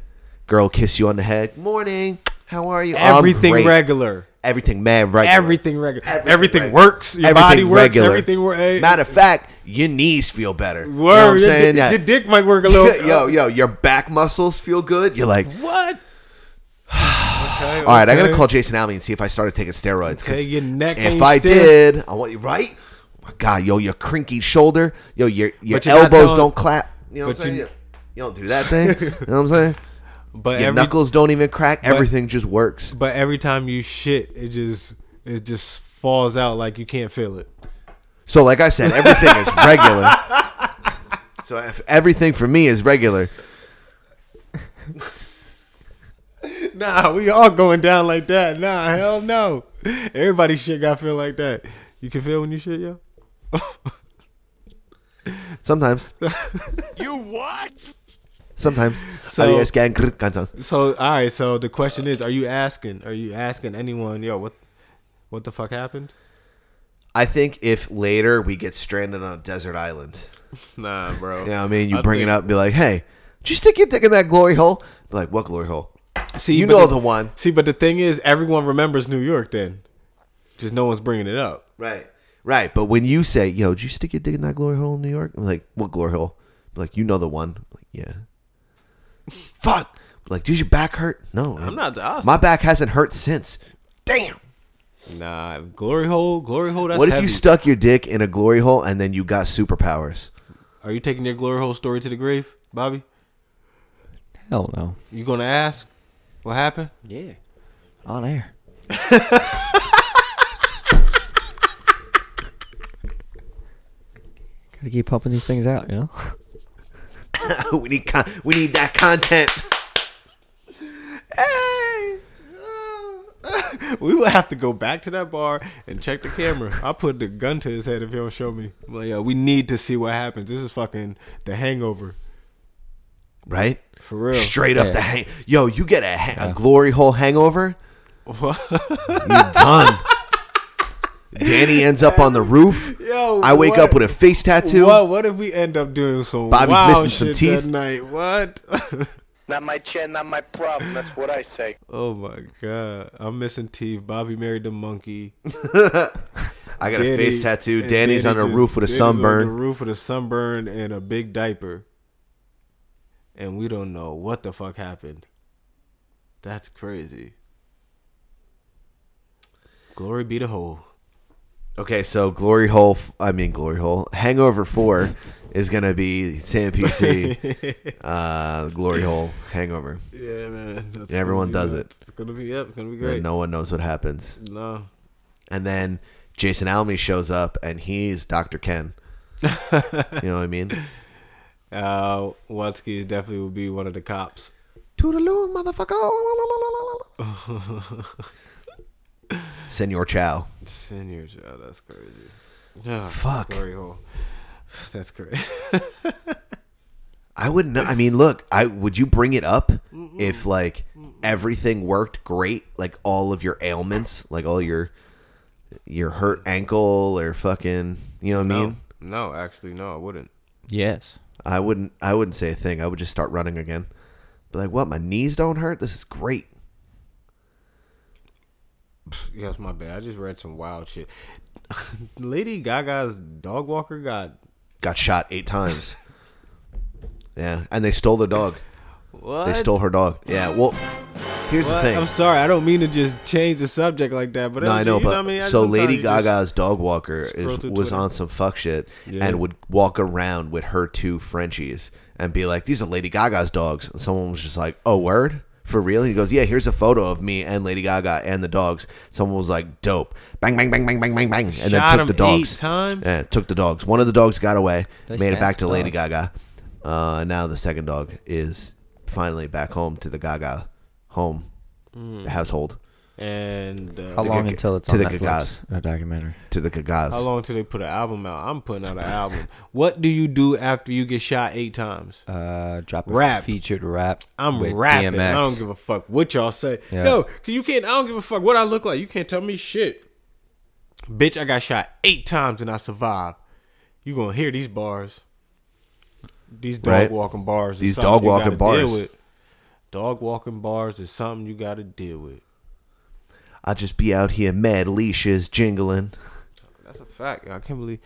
S8: Girl kiss you on the head.
S9: morning. How are you?
S8: I'm
S9: Everything
S8: great.
S9: regular.
S8: Everything mad regular.
S9: Everything regular. Everything, works. Your body works. Everything works.
S8: Matter of fact, your knees feel better. You know what
S9: Word,
S8: I'm
S9: your
S8: saying?
S9: dick-
S8: Yeah.
S9: your dick might work a little-
S8: yo, yo, your back muscles feel good. You're like,
S9: what? okay,
S8: all right, I gotta
S9: okay.
S8: call Jason Alvey and see if I started taking steroids. 'cause
S9: Okay, your neck
S8: If
S9: ain't
S8: I
S9: stiff.
S8: did, I want you right. Oh my God, yo, your crinky shoulder, yo, your your
S9: But you're not
S8: elbows
S9: telling-
S8: don't clap. You know what I'm
S9: but
S8: saying?
S9: you-
S8: You, you don't do that thing. you know what I'm saying?
S9: But
S8: your
S9: every-
S8: knuckles don't even crack.
S9: but-
S8: Everything just works.
S9: But every time you shit, it just it just falls out like you can't feel it.
S8: So, like I said, everything is regular. So if everything for me is regular,
S9: Nah, we all going down like that. Nah, hell no. Everybody shit got feel like that. You can feel when you shit, yo.
S8: sometimes,
S10: You what?
S8: sometimes.
S9: So-
S8: Adiós, gang, grr, gansos.
S9: So all right, so the question is, are you asking? Are you asking anyone, yo, what what the fuck happened?
S8: I think if later we get stranded on a desert island,
S9: Nah, bro.
S8: you know what I mean? You
S9: I
S8: bring it
S9: think-
S8: up and be like, hey, did you stick your dick in that glory hole? Be like, what glory hole?
S9: See,
S8: you
S9: but
S8: know the one.
S9: See, but the thing is, everyone remembers New York then. Just no one's bringing it up.
S8: Right. Right. But when you say, yo, did you stick your dick in that glory hole in New York? I'm like, what glory hole? I'm like, you know the one. I'm like, yeah. Fuck. I'm like, does your back hurt? No.
S9: I'm not the
S8: My back hasn't hurt since. Damn.
S9: Nah, glory hole, glory hole. That's
S8: what if
S9: heavy.
S8: you stuck your dick in a glory hole and then you got superpowers?
S9: Are you taking your glory hole story to the grave, Bobby?
S13: Hell no.
S9: You gonna ask what happened?
S13: Yeah. On air. Gotta keep pumping these things out, you know?
S8: we need con- we need that content.
S9: We will have to go back to that bar and check the camera. I put the gun to his head if he don't show me. I'm like, yo, we need to see what happens. This is fucking the hangover.
S8: Right?
S9: For real.
S8: Straight up the
S9: Yeah.
S8: hang. Yo, you get a, ha- a glory hole hangover. You're done. Danny ends up on the roof.
S9: Yo,
S8: I wake
S9: what-
S8: up with a face tattoo.
S9: What, what if we end up doing some
S8: Bobby's
S9: wild
S8: missing some
S9: shit
S8: teeth.
S9: that night? What?
S15: Not my chin, not my problem. That's what I say.
S9: oh my god, I'm missing teeth. Bobby married the monkey.
S8: I got a face tattoo.
S9: and
S8: Danny's on the roof with a
S9: Danny's on
S8: sunburn.
S9: the roof with a sunburn and a big diaper. And we don't know what the fuck happened. That's crazy. Glory be to hole.
S8: Okay, so glory hole. f- I mean glory hole. Hangover four is gonna be Sam PC. uh, glory hole hangover.
S9: Yeah, man. That's
S8: Everyone
S9: gonna
S8: does
S9: be
S8: it.
S9: nuts. It's gonna be yep. It's gonna be
S8: And
S9: great.
S8: no one knows what happens.
S9: No.
S8: And then Jason Alme shows up and he's Dr. Ken. you know what I mean?
S9: Uh, Watsky definitely will be one of the cops.
S8: Toodaloo, Senor Chow.
S9: Ten years, yeah, that's crazy. Yeah,
S8: Fuck.
S9: glory hole. That's crazy.
S8: I wouldn't know. I mean, look, I would you bring it up if like everything worked great, like all of your ailments, like all your your hurt ankle or fucking, you know what I
S9: no,
S8: mean?
S9: no, actually, no, I wouldn't.
S13: Yes.
S8: I wouldn't I wouldn't say a thing. I would just start running again. But like, what? My knees don't hurt? This is great.
S9: Yeah, it's my bad. I just read some wild shit. Lady Gaga's dog walker got
S8: Got shot 8 times. yeah, and they stole their dog.
S9: what?
S8: They stole her dog. Yeah, well, here's
S9: What?
S8: the thing.
S9: I'm sorry, I don't mean to just change the subject like that, but
S8: no, I
S9: you
S8: know, but
S9: what I mean? I
S8: so
S9: sometimes
S8: Lady
S9: you just-
S8: Gaga's dog walker
S9: scroll
S8: is,
S9: through
S8: was
S9: Twitter.
S8: on some fuck shit
S9: Yeah.
S8: and would walk around with her two Frenchies and be like, "These are Lady Gaga's dogs." And someone was just like, "Oh, word." For real? He goes, yeah. Here's a photo of me and Lady Gaga and the dogs. Someone was like, dope. Bang, bang, bang, bang, bang, bang, bang, and
S9: Shot
S8: then took
S9: him
S8: the dogs.
S9: eight times?
S8: Yeah, took the dogs. One of the dogs got away.
S9: Those
S8: made it back
S9: fast
S8: to Lady
S9: dogs.
S8: Gaga. Uh, now the second dog is finally back home to the Gaga home,
S9: Mm.
S8: the household.
S9: And uh,
S13: How
S9: the
S13: long
S9: Gaga-
S13: until it's
S8: to
S13: on
S8: the
S13: Netflix? A documentary.
S8: To the Kagas.
S9: How long till they put an album out? I'm putting out an album. What do you do after you get shot eight times?
S13: Uh, drop a
S9: Rap.
S13: featured rap.
S9: I'm
S13: with
S9: rapping.
S13: DMX.
S9: I don't give a fuck what y'all say.
S13: Yeah.
S9: No, cause you can't. I don't give a fuck what I look like. You can't tell me shit. Bitch, I got shot eight times and I survived. You gonna hear these bars? These dog
S8: Right.
S9: walking bars. is
S8: These
S9: something
S8: dog
S9: you
S8: walking
S9: gotta deal
S8: bars.
S9: with. Dog walking bars is something you got to deal with.
S8: I just be out here mad leashes jingling,
S9: That's a fact. I can't believe.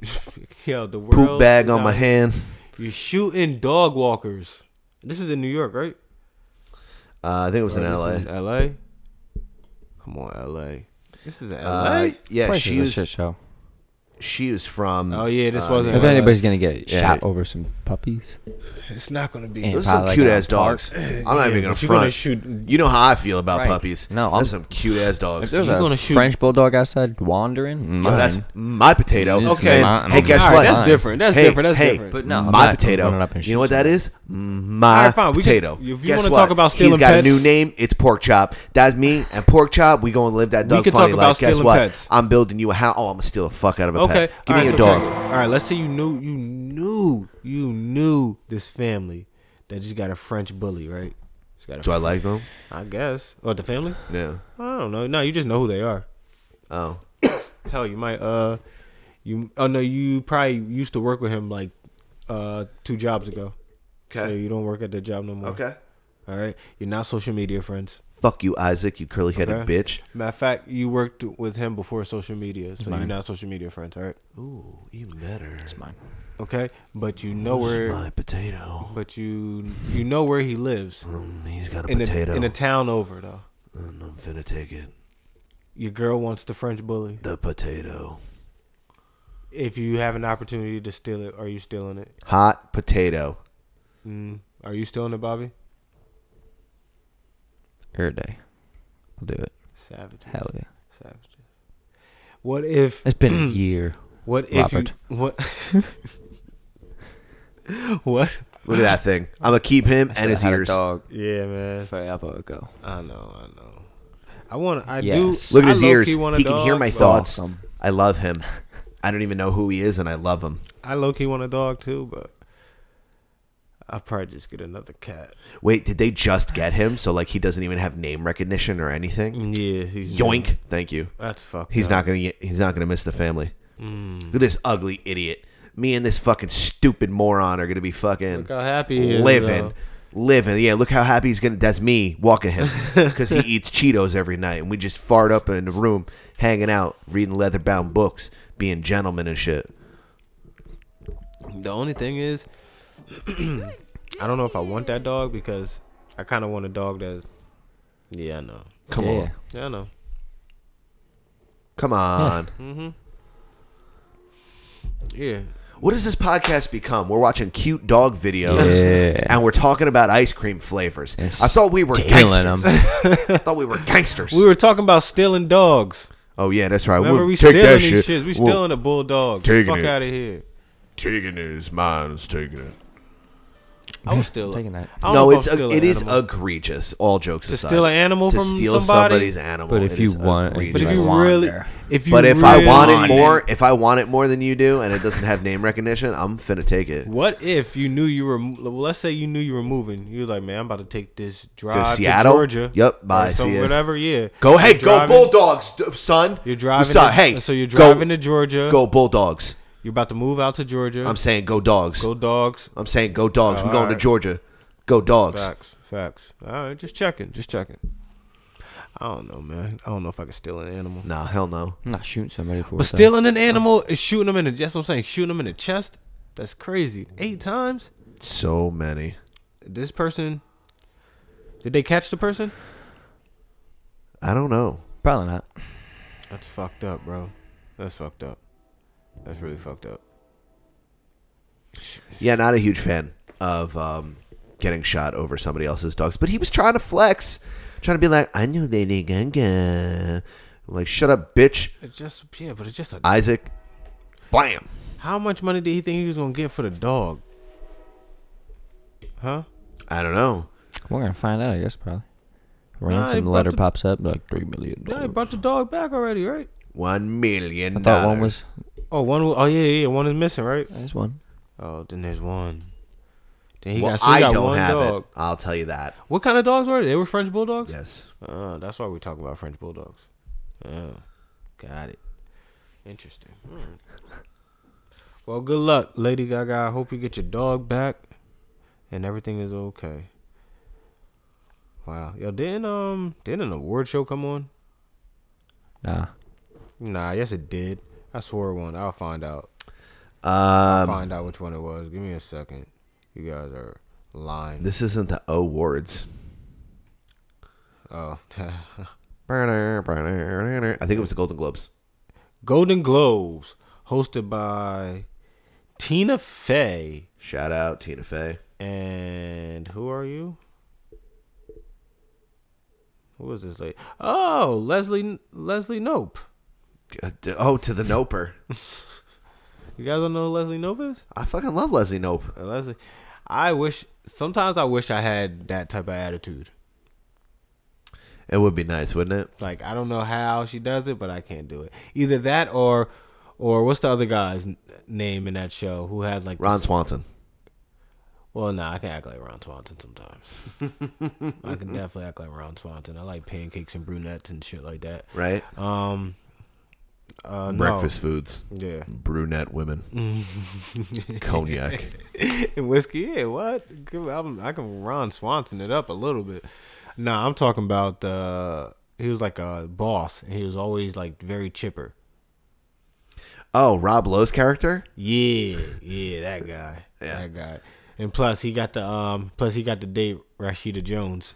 S9: Yo, the world.
S8: poop bag on
S9: nah.
S8: my hand.
S9: You're shooting dog walkers. This is in New York, right?
S8: Uh, I think it was in
S9: Or this
S8: L.A.
S9: is in LA. Come on, LA. This is in LA.
S8: Uh, yeah,
S13: Place
S8: she
S13: is a
S8: was.
S13: shit show.
S8: She was from.
S9: Oh, yeah, this
S8: uh,
S9: wasn't
S13: If
S9: LA.
S13: anybody's gonna get
S8: Yeah.
S13: shot over some puppies,
S9: It's not gonna be.
S13: Ain't
S8: Those are some
S13: probably
S8: cute
S13: gonna
S8: ass
S13: park.
S8: dogs. I'm not
S9: Yeah,
S8: even gonna
S9: but
S8: front.
S9: you're gonna shoot-
S8: You know how I feel about
S13: Right.
S8: puppies.
S13: No,
S8: that's
S13: I'm-
S8: some cute ass dogs.
S13: If there's
S9: You're
S13: a
S9: gonna shoot-
S13: French bulldog outside wandering,
S8: Yo,
S13: mine.
S8: that's my potato.
S13: It's
S9: Okay.
S13: mine.
S8: Hey, guess
S9: Alright,
S8: what?
S9: that's different. That's
S8: Hey,
S9: different. That's
S8: hey,
S9: different.
S13: But no, I'm
S8: my
S13: not
S8: potato.
S13: running up and
S8: you know what that
S13: shooting
S8: is? My
S9: Alright, fine, we can-
S8: potato.
S9: if you
S8: Guess
S9: wanna
S8: what?
S9: talk about
S8: He's
S9: stealing
S8: got a
S9: pets-
S8: new name. It's pork chop. That's me and pork chop. We gonna live that
S9: We
S8: dog
S9: can
S8: funny
S9: talk about
S8: life. Guess
S9: stealing
S8: what?
S9: pets.
S8: I'm building you a house. Oh, I'm gonna steal the fuck out of a
S9: Okay.
S8: pet. Give me
S9: Alright,
S8: a
S9: so
S8: dog.
S9: check it. All right, let's say you knew you knew you knew this family that just got a French bully, right? Just got a
S8: Do I like them?
S9: I guess. Or the family?
S8: Yeah.
S9: I don't know. No, you just know who they are.
S8: Oh.
S9: Hell, you might uh you oh no, you probably used to work with him like uh two jobs ago. So
S8: Okay.
S9: you don't work at that job no more.
S8: Okay.
S9: All right. You're not social media friends.
S8: Fuck you, Isaac. You curly headed
S9: Okay.
S8: bitch.
S9: Matter of fact, you worked with him before social media, so you're not social media friends, all right?
S8: Ooh, even better. It's
S13: mine.
S9: Okay, but you know where
S8: My potato.
S9: But you you know where he lives.
S8: Mm, he's got a
S9: in
S8: potato.
S9: A, in a town over though.
S8: And I'm finna take it.
S9: Your girl wants the French bully.
S8: The potato.
S9: If you have an opportunity to steal it, are you stealing it?
S8: Hot potato.
S9: Mm. Are you stealing it, Bobby?
S13: every day. I'll do it.
S9: Savage.
S13: Hell yeah.
S9: Savages. What if
S13: It's been a year.
S9: What if
S13: Robert.
S9: you what What?
S8: Look at that thing. I'm gonna keep him
S13: I
S8: and his
S13: had a
S8: ears.
S13: dog
S9: Yeah, man.
S13: forever ago.
S9: I know, I know. I want I
S13: Yes.
S9: do
S8: Look at
S9: I
S8: his
S9: low-key
S8: ears.
S9: want a
S8: He can hear
S9: dog,
S8: my
S9: but-
S8: thoughts.
S13: Awesome.
S8: I love him. I don't even know who he is, and I love him.
S9: I low key want a dog too, but I'll probably just get another cat.
S8: Wait, did they just get him? So like he doesn't even have name recognition or anything.
S9: Yeah, he's
S8: Yoink! Thank you.
S9: That's fucked.
S8: He's
S9: up.
S8: not gonna. get- He's not gonna miss the family.
S9: Mm.
S8: Look at this ugly idiot. Me and this fucking stupid moron are gonna be fucking
S9: Look how happy he is,
S8: living.
S9: though.
S8: Living, yeah. Look how happy he's gonna. That's me walking him because he eats Cheetos every night, and we just fart up in the room, hanging out, reading leather-bound books, being gentlemen and shit.
S9: The only thing is, I don't know if I want that dog because I kind of want a dog that. Yeah, I know.
S8: Come
S13: yeah.
S8: on,
S9: Yeah, I know.
S8: come on.
S9: Yeah.
S8: What does this podcast become? We're watching cute dog videos
S13: Yeah.
S8: and we're talking about ice cream flavors.
S13: And
S8: I thought we were
S13: stealing
S8: gangsters.
S13: 'em.
S8: I thought we were gangsters.
S9: We were talking about stealing dogs.
S8: oh yeah, that's right.
S9: Remember,
S8: we'll
S9: we
S8: take
S9: stealing
S8: that
S9: these
S8: shit.
S9: shits. We
S8: We'll-
S9: stealing a bulldog.
S8: Taking
S9: Fuck
S8: it.
S9: out of here.
S7: Taking it is mine. It's taking it.
S9: I was still
S13: taking that.
S8: No, it's a, it is egregious. All jokes
S9: To
S8: aside,
S9: steal an animal
S8: to
S9: from
S8: steal
S9: somebody?
S8: somebody's animal.
S13: But if
S8: it
S13: you
S8: is
S13: want-
S8: egregious.
S9: But if
S13: Like
S9: you
S13: wander.
S9: really, if you
S8: But if I
S9: really-
S8: want it more, if I want it more than you do, and it doesn't have name recognition, I'm finna take it.
S9: What if you knew you were? well, Let's say you knew you were moving. You were like, man, I'm about to take this drive to,
S8: Seattle?
S9: Georgia.
S8: Yep,
S9: or
S8: bye,
S9: some-
S8: see ya.
S9: Whatever. Yeah.
S8: Go,
S9: You're
S8: hey, go
S9: driving-
S8: Bulldogs, d- son.
S9: You're driving
S8: What's up?
S9: to-
S8: hey,
S9: so you're
S8: go-
S9: driving to Georgia.
S8: Go Bulldogs.
S9: You're about to move out to Georgia.
S8: I'm saying go dogs.
S9: go dogs.
S8: I'm saying go dogs.
S9: Oh,
S8: We're going
S9: alright.
S8: to Georgia. Go dogs.
S9: Facts. Facts. All right, just checking. Just checking. I don't know, man. I don't know if I could steal an animal.
S8: Nah, hell no.
S13: I'm not shooting somebody for
S9: But
S13: it. though.
S9: stealing an animal is shooting them in the. That's what I'm saying. Shooting them in the chest. That's crazy. Eight times.
S8: So many.
S9: This person. Did they catch the person?
S8: I don't know.
S13: probably not.
S9: That's fucked up, bro. That's fucked up. That's really fucked up.
S8: Yeah, not a huge fan of um, getting shot over somebody else's dogs. But he was trying to flex, trying to be like, I knew Lady Gaga. I'm like, shut up, bitch,
S9: It just yeah, but it's just a,
S8: Isaac. Blam.
S9: how much money did he think he was gonna get for the dog? Huh?
S8: I don't know.
S13: We're gonna find out, I guess, probably. Ransom
S16: I
S13: letter
S16: brought
S13: pops up like three million.
S16: Yeah, I brought the dog back already, right?
S8: One million.
S13: I thought one was
S9: Oh, one. Oh, yeah, yeah. One is missing, right?
S13: There's one.
S9: Oh, then there's one. Then he
S8: Well,
S9: got, so he
S8: I
S9: got
S8: don't
S9: one
S8: have
S9: dog.
S8: it. I'll tell you that.
S9: What kind of dogs were they? They were French bulldogs.
S8: Yes.
S9: Uh, that's why we're talking about French bulldogs. Oh, got it. Interesting. Hmm. Well, good luck, Lady Gaga. I hope you get your dog back, and everything is okay. Wow, yo, didn't um, didn't an award show come on?
S13: Nah.
S9: Nah, yes it did. I swore one. I'll find out. I'll
S8: Um,
S9: find out which one it was. Give me a second. You guys are lying.
S8: This isn't the awards.
S9: Oh,
S8: I think it was the Golden Globes.
S9: Golden Globes, hosted by Tina Fey.
S8: Shout out Tina Fey.
S9: And who are you? Who was this lady? Oh, Leslie Leslie Nope.
S8: Oh, to the Noper.
S9: You guys don't know who Leslie Nope is?
S8: I fucking love Leslie Nope.
S9: Uh, Leslie, I wish sometimes I wish I had that type of attitude.
S8: It would be nice, wouldn't it?
S9: Like I don't know how she does it, but I can't do it. Either that or, or what's the other guy's n- name in that show who had like
S8: Ron
S9: this-
S8: Swanson.
S9: Well, nah, I can act like Ron Swanson sometimes. I can definitely act like Ron Swanson. I like pancakes and brunettes and shit like that.
S8: Right.
S9: Um. Uh, no.
S8: Breakfast foods.
S9: Yeah.
S8: Brunette women. Cognac.
S9: and whiskey. Yeah, what? Good, I'm, I can Ron Swanson it up a little bit. Nah, I'm talking about the. He was like a boss, and he was always like very chipper.
S8: Oh, Rob Lowe's character?
S9: Yeah, yeah, that guy, that guy. And plus, he got the um. Plus, he got to date Rashida Jones.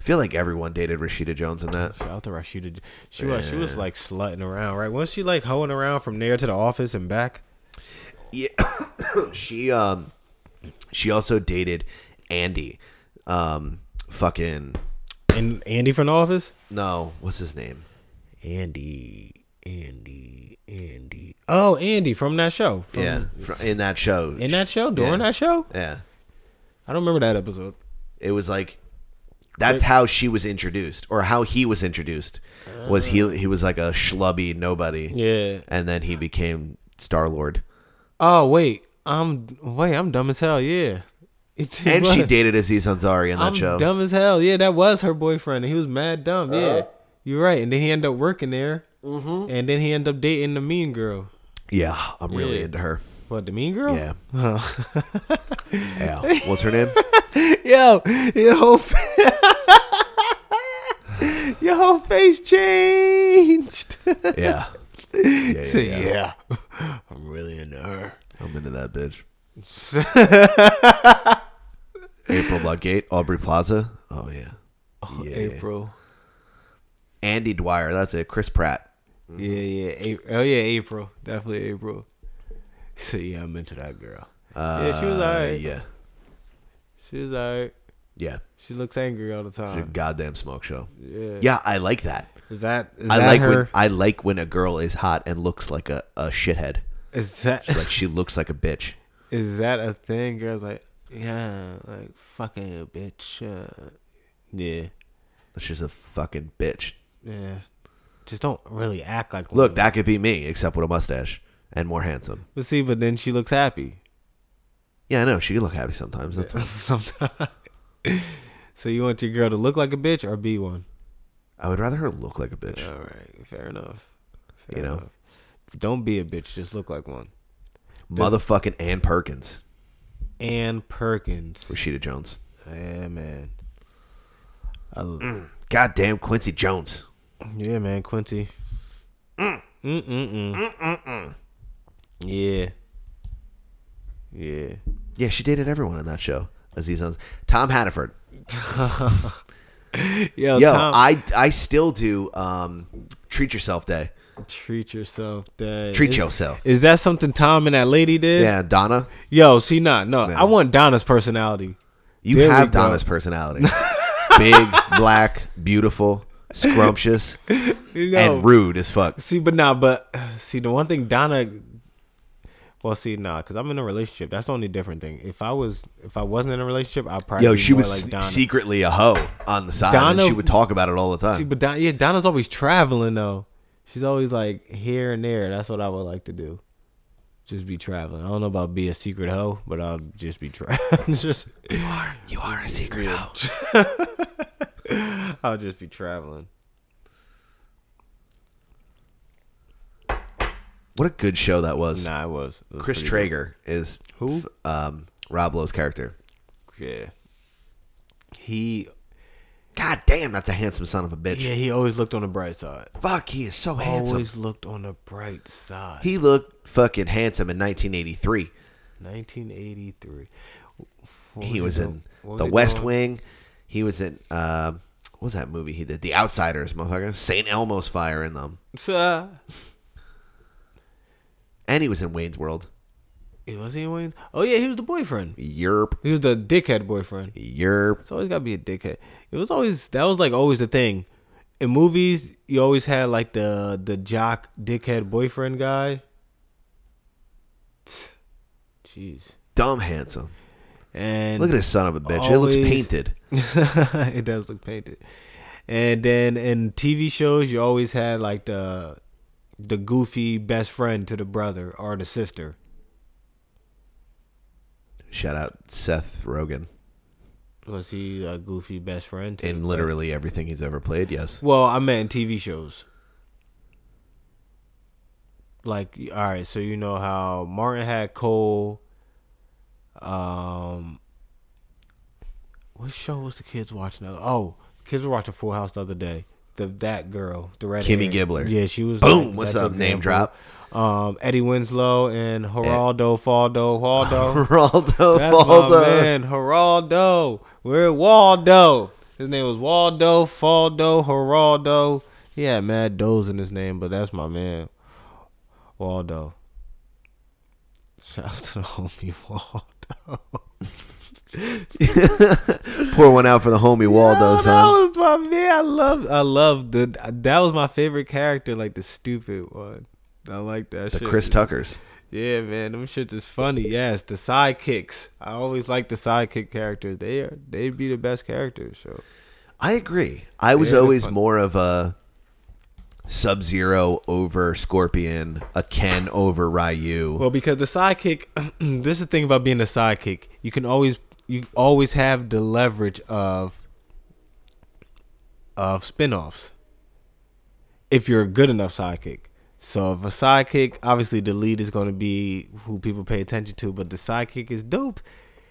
S8: I feel like everyone dated Rashida Jones in that.
S9: Shout out to Rashida. Jo- She was she was like slutting around, right? Wasn't she like hoeing around from there to the office and back?
S8: Yeah. she um she also dated Andy. Um fucking
S9: And Andy from the office?
S8: No, what's his name?
S9: Andy. Andy. Andy. Oh, Andy from that show. From-
S8: yeah. fr- Um, in that show.
S9: In that show, during
S8: Yeah.
S9: that show,
S8: Yeah.
S9: I don't remember that episode.
S8: It was like that's how she was introduced or how he was introduced. Was he he was like a schlubby nobody.
S9: Yeah.
S8: And then he became Star Lord.
S9: Oh wait, I'm wait, I'm dumb as hell. Yeah. It
S8: And she
S9: was.
S8: dated Aziz Ansari in that
S9: I'm
S8: show.
S9: dumb as hell. Yeah, that was her boyfriend. and He was mad dumb. Yeah, you're right. And then he ended up working there. Mm-hmm. And then he ended up dating the mean girl.
S8: Yeah, I'm really
S9: Yeah. Oh.
S8: into her.
S9: What the mean girl?
S8: Yeah.
S9: Huh.
S8: Yeah. What's her name?
S9: yo, your whole fa- your whole face changed.
S8: Yeah. Yeah, yeah,
S9: So,
S8: yeah.
S9: yeah. I'm really into her.
S8: I'm into that bitch. April Ludgate, Aubrey Plaza. Oh yeah. yeah.
S9: April.
S8: Andy Dwyer. That's it. Chris Pratt.
S9: Yeah, yeah. April. Oh yeah, April. Definitely April. So yeah, I'm into that girl. yeah, she was
S8: Uh,
S9: alright.
S8: Yeah.
S9: She was alright.
S8: Yeah.
S9: She looks angry all the
S8: She's a
S9: time.
S8: goddamn smoke show.
S9: Yeah.
S8: Yeah, I like that.
S9: Is that is
S8: I
S9: that
S8: like
S9: her?
S8: when I like when a girl is hot and looks like a, a shithead.
S9: Is that-
S8: She's like she looks like a bitch?
S9: Is that a thing? Girls like, yeah, like fucking a bitch. Uh, yeah,
S8: She's a fucking bitch.
S9: yeah. Just don't really act like one.
S8: Look, that could be me, except with a mustache and more handsome.
S9: But see, but then she looks happy.
S8: Yeah, I know she could look happy sometimes. That's
S9: Sometimes. so you want your girl to look like a bitch or be one?
S8: I would rather her look like a bitch.
S9: All right, fair enough. Fair
S8: You know?
S9: enough. don't be a bitch. Just look like one.
S8: Motherfucking Ann Perkins,
S9: Ann Perkins.
S8: Rashida Jones.
S9: Yeah, man. I,
S8: Goddamn Quincy Jones.
S9: Yeah, man, Quincy. Mm mm mm mm mm. Yeah. Yeah.
S8: Yeah, she dated everyone in that show. Aziz Ansari. Tom Hannaford.
S9: Yo,
S8: Yo,
S9: Oh, Tom-
S8: I I still do um, treat yourself day.
S9: Treat yourself day.
S8: Treat
S9: Is-
S8: yourself.
S9: Is that something Tom and that lady did?
S8: Yeah, Donna.
S9: Yo, see, nah, no. I want Donna's personality.
S8: You
S9: There we
S8: have
S9: go.
S8: Donna's personality. Big, black, beautiful, scrumptious,
S9: You know.
S8: and rude as fuck.
S9: See, but nah, but see, the one thing Donna Well, see, nah, because I'm in a relationship. That's the only different thing. If I was, if I wasn't in a relationship, I probably
S8: Yo,
S9: be
S8: she
S9: more
S8: was
S9: like Donna.
S8: secretly a hoe on the side, and
S9: Donna-
S8: she would talk about it all the
S9: See,
S8: time.
S9: but Don, yeah, Donna's always traveling though. She's always like here and there. That's what I would like to do. Just be traveling. I don't know about be a secret hoe, but I'll just be traveling. just you are you are a secret hoe. I'll just be traveling.
S8: What a good show that was.
S9: Nah, it was. It was
S8: Chris
S9: pretty good.
S8: Traeger is who? um, Rob Lowe's character.
S9: Yeah. He.
S8: God damn, that's a handsome son of a bitch.
S9: Yeah, he always looked on the bright side.
S8: Fuck, he is so handsome.
S9: Always looked on the bright side.
S8: He looked fucking handsome in 1983.
S9: 1983. What
S8: he was in
S9: what was
S8: The
S9: he
S8: West
S9: doing?
S8: Wing. He was in um what was that movie he did? The Outsiders, motherfucker. St. Elmo's Fire in them,
S9: Uh,
S8: and he was in Wayne's World.
S9: It was he in Wayne's? Oh yeah, he was the boyfriend.
S8: Yerp.
S9: He was the dickhead boyfriend.
S8: Yerp.
S9: It's always gotta be a dickhead. It was always that was like always the thing. In movies, you always had like the the jock dickhead boyfriend guy. Jeez.
S8: Dumb handsome.
S9: And
S8: Look at this son of a bitch. It looks painted.
S9: it does look painted. And then in TV shows, you always had like the the goofy best friend to the brother or the sister.
S8: Shout out Seth Rogen
S9: Was he a goofy best friend? To the
S8: in
S9: brother?
S8: literally everything he's ever played. Yes.
S9: Well, I meant TV shows. Like, all right, so you know how Martin had Cole. Um, what show was the kids watching? the- Oh, kids were watching Full House the other day. The that girl, the red
S8: Kimmy
S9: hair.
S8: Gibbler.
S9: Yeah, she was.
S8: Boom,
S9: like,
S8: what's
S9: that's
S8: up,
S9: an
S8: name
S9: example. Um, Eddie Winslow and Geraldo Faldo Waldo.
S8: Geraldo
S9: That's
S8: Faldo.
S9: my man, Geraldo. Where Waldo? His name was Waldo Faldo Geraldo. He had mad does in his name, but that's my man, Waldo. Shouts to the homie Waldo.
S8: Pour one out for the homie Waldo,
S9: Oh,
S8: son.
S9: that was my man. I love, I love the. That was my favorite character, like the stupid one. I like that.
S8: The
S9: shit.
S8: Chris Tuckers.
S9: Yeah, man, them shits is funny. Yes, the sidekicks. I always like the sidekick characters. They are they be the best characters. So
S8: I agree. I was
S9: Yeah,
S8: always
S9: fun.
S8: more of a Sub Zero over Scorpion, a Ken over Ryu.
S9: well, because the sidekick, this is the thing about being a sidekick. You can always you always have the leverage of of spinoffs if you're a good enough sidekick. So if a sidekick, obviously the lead is going to be who people pay attention to, but the sidekick is dope.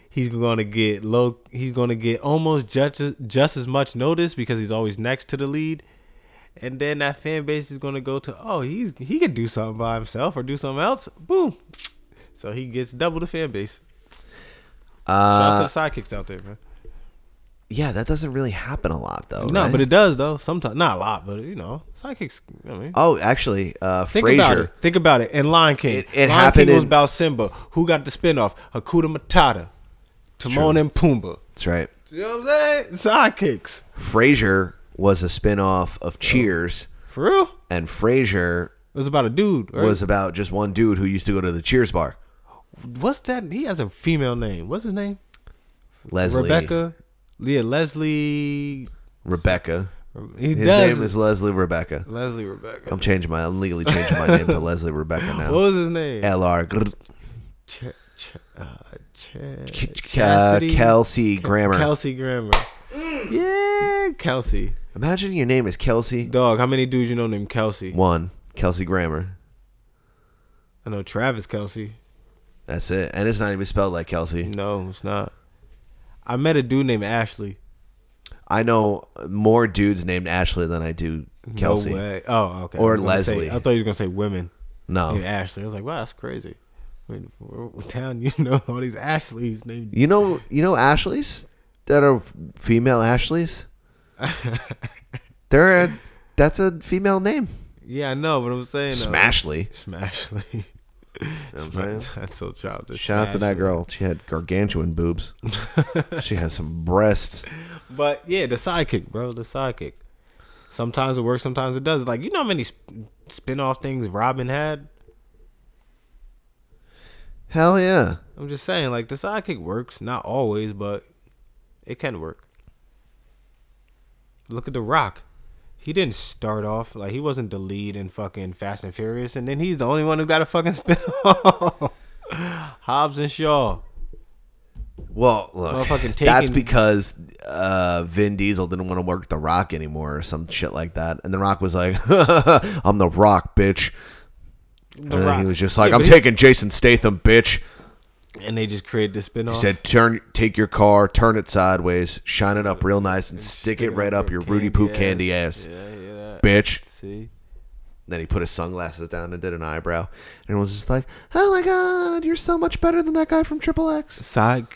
S9: He's going to get low. He's going to get almost just just as much notice because he's always next to the lead. And then that fan base is going to go to, oh, he's he could do something by himself or do something else. Boom. So he gets double the fan base.
S8: Uh,
S9: Shouts to the sidekicks out there, man.
S8: yeah, that doesn't really happen a lot, though.
S9: no,
S8: right?
S9: but it does though. Sometimes not a lot, but you know, sidekicks. I mean,
S8: Oh, actually, uh,
S9: Think
S8: Frasier.
S9: about it. Think about it. And Lion King.
S8: It- it
S9: Lion
S8: happened
S9: King was
S8: in-
S9: about Simba. Who got the spinoff? Hakuta Matata. Timon
S8: True.
S9: and Pumbaa.
S8: That's right.
S9: You know what I'm saying? Sidekicks.
S8: Frasier was a spin-off
S9: Oh.
S8: of Cheers.
S9: For real?
S8: And Frasier
S9: It was about a dude. Right?
S8: was about just one dude who used to go to the Cheers bar.
S9: What's that? He has a female name. What's his name?
S8: Leslie.
S9: Rebecca. Leah Leslie.
S8: Rebecca.
S9: He
S8: His
S9: does-
S8: name is Leslie Rebecca.
S9: Leslie Rebecca.
S8: I'm changing my. I'm legally changing my name to Leslie Rebecca now.
S9: What was his name?
S8: Lr. Grr.
S9: Ch- ch- uh,
S8: K-
S9: ch-
S8: K- uh, Kelsey Grammer.
S9: Kelsey Grammer.
S8: Mm.
S9: Yeah, Kelsey.
S8: Imagine your name is Kelsey.
S9: Dog, how many dudes you know named Kelsey?
S8: One Kelsey Grammer.
S9: I know Travis Kelsey.
S8: That's it. And it's not even spelled like Kelsey.
S9: No, it's not. I met a dude named Ashley.
S8: I know more dudes named Ashley than I do Kelsey.
S9: No way. Oh, okay. I
S8: Or
S9: was gonna say-
S8: Leslie. Oh.
S9: I thought you were gonna say women.
S8: No.
S9: Named Ashley. I was like, wow, that's crazy. I mean, what town you know all these Ashleys named?
S8: You know, you know Ashleys that are female Ashleys. They're a, that's a female name.
S9: Yeah, I know, but I'm saying uh,
S8: Smashly.
S9: Smashly.
S8: I'm saying?
S9: That's so childish.
S8: Shout out to that
S9: Smashly.
S8: girl. She had gargantuan boobs. she had some breasts.
S9: But yeah, the sidekick, bro, the sidekick. Sometimes it works, sometimes it does. Like you know how many sp- spin-off things Robin had?
S8: Hell yeah.
S9: I'm just saying, like the sidekick works, not always, but it can work. Look at The Rock. He didn't start off like he wasn't the lead in fucking Fast and Furious, and then he's the only one who got a fucking spin off. Hobbs and Shaw.
S8: Well, look,
S9: Motherfucking
S8: that's
S9: taking-
S8: because uh, Vin Diesel didn't want to work The Rock anymore or some shit like that. And The Rock was like, I'm The Rock, bitch. and then
S9: Rock.
S8: he was just like,
S9: Yeah,
S8: I'm
S9: but he-
S8: taking Jason Statham, bitch.
S9: And they just created the spin
S8: He
S9: off.
S8: said, "Turn, take your car, turn it sideways, shine it up real nice, and stick it right up your Rudy Poo candy ass, bitch."
S9: See.
S8: Then he put his sunglasses down and did an eyebrow, and everyone's just like, "Oh my god, you're so much better than that guy from Triple X."
S9: Side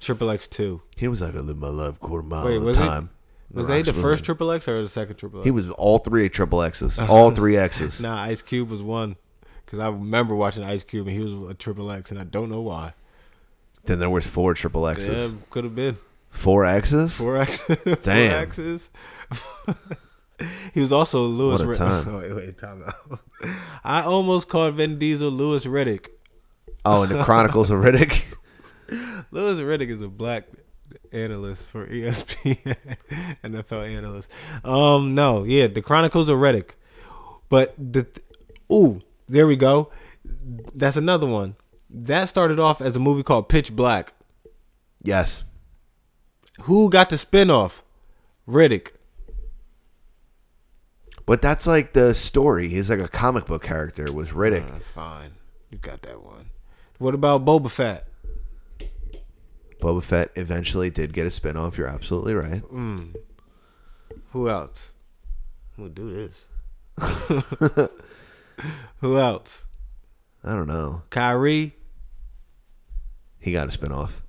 S9: Triple X two.
S8: He was like, "I live my life quarter mile
S9: Wait,
S8: at a
S9: was he-
S8: time."
S9: was he
S8: Rock's
S9: the
S8: really-
S9: first Triple X or the second Triple X?
S8: He was all three Triple X's, all three X's.
S9: Nah, Ice Cube was one. Because I remember watching Ice Cube and he was a Triple X, and I don't know why.
S8: Then there was four Triple X's,
S9: Yeah, could have been.
S8: four X's,
S9: Four X's. Four
S8: Damn,
S9: X's. he was also Lewis
S8: What a
S9: Rid-
S8: time.
S9: wait, wait, time out. I almost called Vin Diesel Lewis Riddick.
S8: Oh, and the Chronicles of Riddick.
S9: Lewis Riddick is a black analyst for E ESPN, NFL analyst. Um, no, yeah, the Chronicles of Riddick. But the, th- ooh, there we go. That's another one. That started off as a movie called Pitch Black.
S8: Yes.
S9: Who got the spinoff? Riddick.
S8: But that's like the story. He's like a comic book character. Was Riddick?
S9: Ah, fine, you got that one. What about Boba Fett?
S8: Boba Fett eventually did get a spinoff. You're absolutely right.
S9: Mm. Who else? Who do this? Who else?
S8: I don't know.
S9: Kyrie.
S8: He got a spinoff.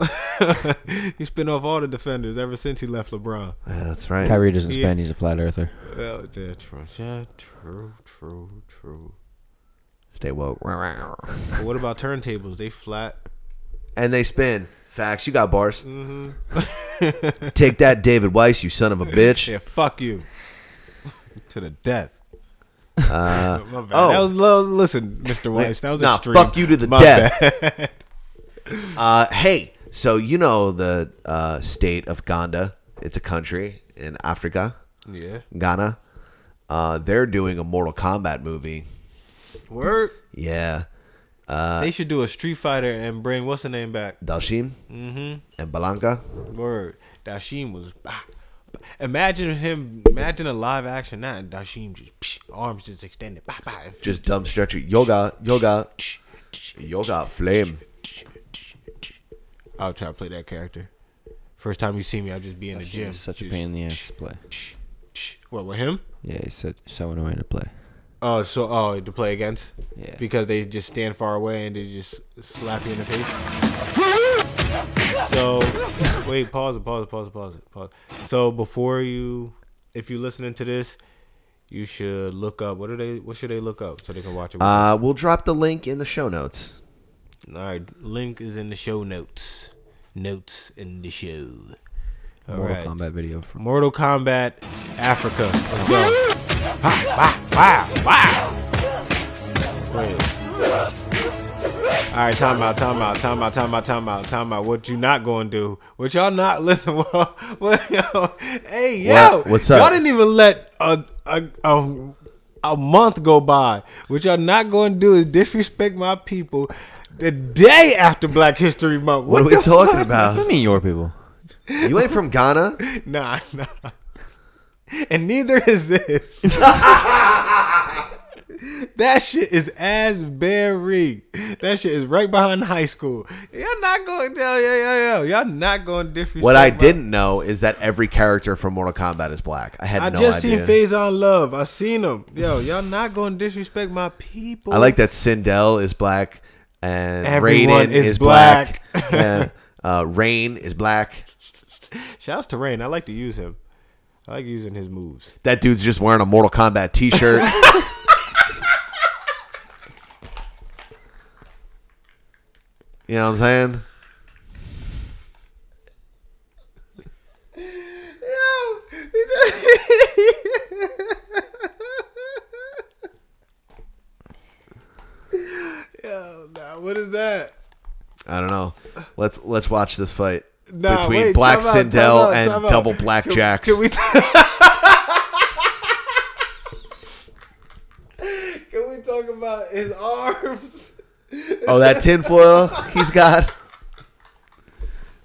S9: He spin off all the defenders ever since he left LeBron.
S8: Yeah, that's right.
S13: Kyrie doesn't
S9: Yeah.
S13: spend. He's a flat earther.
S9: Well, yeah, true, yeah, true, true, true.
S8: Stay woke.
S9: But what about turntables? They flat.
S8: And they spin. Facts. You got bars.
S9: Mm-hmm.
S8: Take that, David Weiss. You son of a bitch.
S9: Yeah, fuck you. to the death.
S8: Uh,
S9: My bad.
S8: oh,
S9: That was low. Listen, Mr. Weiss, that was
S8: nah,
S9: extreme.
S8: fuck you to the
S9: My
S8: death.
S9: bad.
S8: Uh, hey, so you know the uh, state of Ghana? It's a country in Africa.
S9: Yeah.
S8: Ghana. Uh, they're doing a Mortal Kombat movie.
S9: Word.
S8: Yeah. Uh,
S9: they should do a Street Fighter and bring what's the name back?
S8: Dalshim
S9: Mhm.
S8: and Balanka.
S9: Word. Dashim was. ah. Imagine him. Imagine a live action now, and Dashim just psh, arms just extended. Bah, bah, and
S8: Just dumb stretcher. Yoga, yoga, yoga, flame.
S9: I'll try to play that character. First time you see me, I'll just be in the gym.
S13: Such a pain in the ass to play.
S9: What with him?
S13: Yeah, he's so, so annoying to play.
S9: Oh, so oh to play against?
S13: Yeah.
S9: Because they just stand far away and they just slap you in the face. So wait, pause it, pause it, pause it, pause it, pause. it. So before you, if you're listening to this, you should look up. What are they? What should they look up so they can watch it? with
S8: Uh, we'll drop the link in the show notes.
S9: All right, link is in the show notes. Notes in the show. All
S13: Mortal
S9: right.
S13: Kombat video from
S9: Mortal Kombat Africa. Let's go. Ha, Wow, wow, wow. Wait. All right, time out, time out, time out, time out, time out, time out. What you not going to do? What y'all not listen? What, what yo, hey, yo,
S8: What- what's up?
S9: Y'all didn't even let a a, a a month go by. What y'all not going to do is disrespect my people the day after Black History Month.
S8: What,
S9: What,
S8: are we
S9: the
S8: talking
S9: fuck?
S8: about?
S13: I mean, your people.
S8: You ain't from Ghana.
S9: Nah, nah. And neither is this. that shit is Asbury. That shit is right behind high school. Y'all not going to tell yo yo yo. Y'all not going to disrespect.
S8: What I
S9: my-
S8: didn't know is that every character from Mortal Kombat is black. I had
S9: I
S8: no
S9: just
S8: idea.
S9: seen Phase on Love. I seen him. Yo, y'all not going to disrespect my people.
S8: I like that Sindel is black and
S9: Everyone
S8: Raiden
S9: is
S8: is, black. and, uh, Rain is black.
S9: Shouts to Rain. I like to use him. I like using his moves.
S8: That dude's just wearing a Mortal Kombat T-shirt. you know what I'm saying?
S9: Yo, What is that?
S8: I don't know. Let's let's watch this fight
S9: Nah,
S8: between
S9: wait,
S8: Black
S9: time out, time
S8: Sindel
S9: out,
S8: and
S9: time out.
S8: Double
S9: Can-
S8: Black Jacks.
S9: can we- Can we talk about his arms?
S8: oh, that tinfoil he's got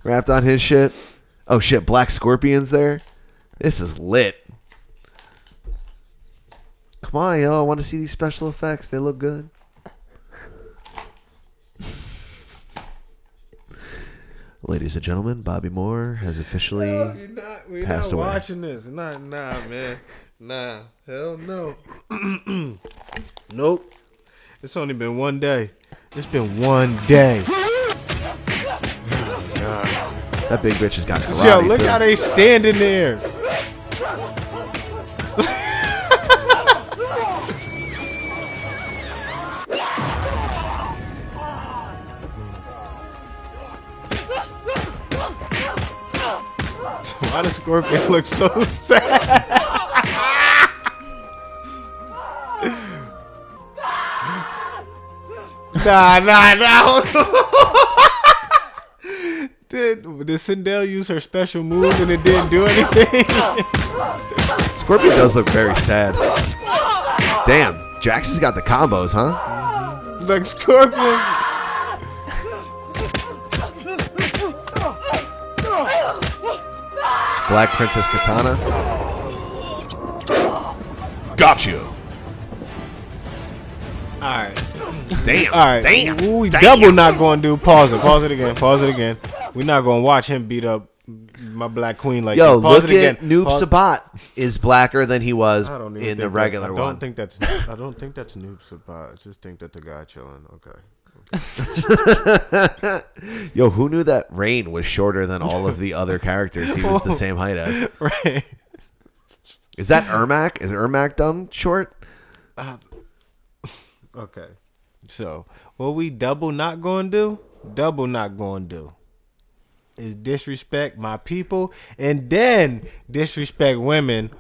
S8: wrapped on his shit. Oh shit, Black Scorpion's there. This is lit. Come on, yo! I want to see these special effects. They look good. Ladies and gentlemen, Bobby Moore has officially
S9: No, you're not. We're
S8: passed
S9: not
S8: away.
S9: watching this. Nah, nah, man. Nah, hell no. nope. It's only been one day. It's been one day.
S8: That big bitch has got karate.
S9: Yo, look
S8: too.
S9: how they standing there. Why does Scorpion look so sad? nah, nah, nah. did, did Sindel use her special move and it didn't do anything?
S8: Scorpion does look very sad. Damn, Jackson's got the combos, huh?
S9: like Scorpion.
S8: Black Princess Katana.
S7: Got you.
S9: All right.
S7: Damn.
S9: All right.
S7: Damn.
S9: We
S7: Damn.
S9: double not going to do. Pause it. Pause it again. Pause it again. We're not going to watch him beat up my black queen like
S8: Yo,
S9: that. Pause
S8: look
S9: it again.
S8: at Noob
S9: Pause-
S8: Sabat is blacker than he was
S9: I don't even
S8: in the
S9: think
S8: regular
S9: that, I don't
S8: one.
S9: think that's. I don't think that's Noob Sabat. I just think that the guy chilling. Okay.
S8: Yo, who knew that Rain was shorter than all of the other characters he was the same height as?
S9: Right.
S8: Is that Ermac? Is Ermac dumb short?
S9: Okay. So what we double not going to do? Double not going to do is disrespect my people and then disrespect women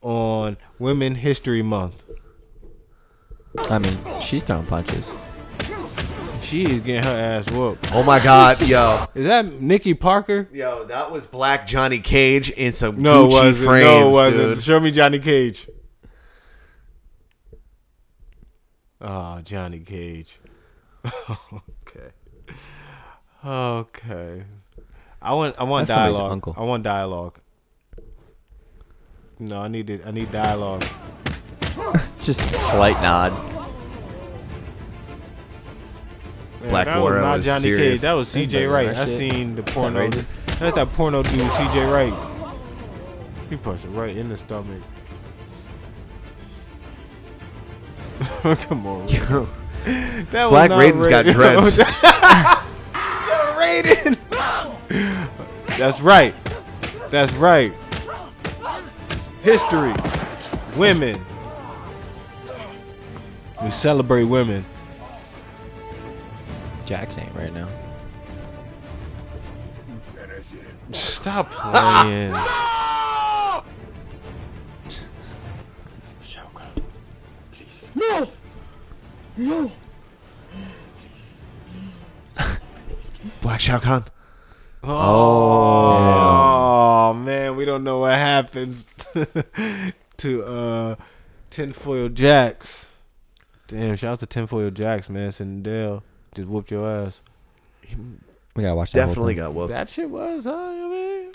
S9: on Women History Month.
S13: I mean, she's throwing punches.
S9: She is getting her ass whooped.
S8: Oh my God, yo.
S9: Is that Nikki Parker?
S8: Yo, that was Black Johnny Cage in some
S9: No,
S8: Gucci
S9: it wasn't.
S8: frames.
S9: no, it wasn't.
S8: dude.
S9: Show me Johnny Cage. Oh, Johnny Cage. okay. Okay. I want. I want
S13: That's somebody's
S9: dialogue.
S13: uncle.
S9: I want dialogue. No, I need it. I need dialogue.
S13: Just slight nod.
S9: Man,
S8: Black
S9: that
S8: Warrior
S9: was not
S8: was
S9: Johnny Cage.
S8: serious.
S9: That was
S8: They
S9: CJ
S8: better
S9: Wright.
S8: that
S9: I
S8: shit.
S9: seen the
S8: That's
S9: porno.
S8: outrageous.
S9: That's that porno dude, CJ Wright. He punched it right in the stomach. Come on. Yo. That was
S8: Black
S9: not
S8: Raiden's got
S9: Raiden.
S8: dreads.
S9: Yo, Raiden. That's right. That's right. History. Women. We celebrate women.
S13: Jax ain't right now.
S9: Stop playing.
S1: No! No!
S8: Black Shao Kahn.
S9: Oh, man, we don't know what happens to uh tinfoil jacks. Damn, shout out to tinfoil jacks, man. Sindel just whooped your ass.
S13: We gotta watch that.
S8: Definitely got whooped.
S9: That shit was, huh? I mean,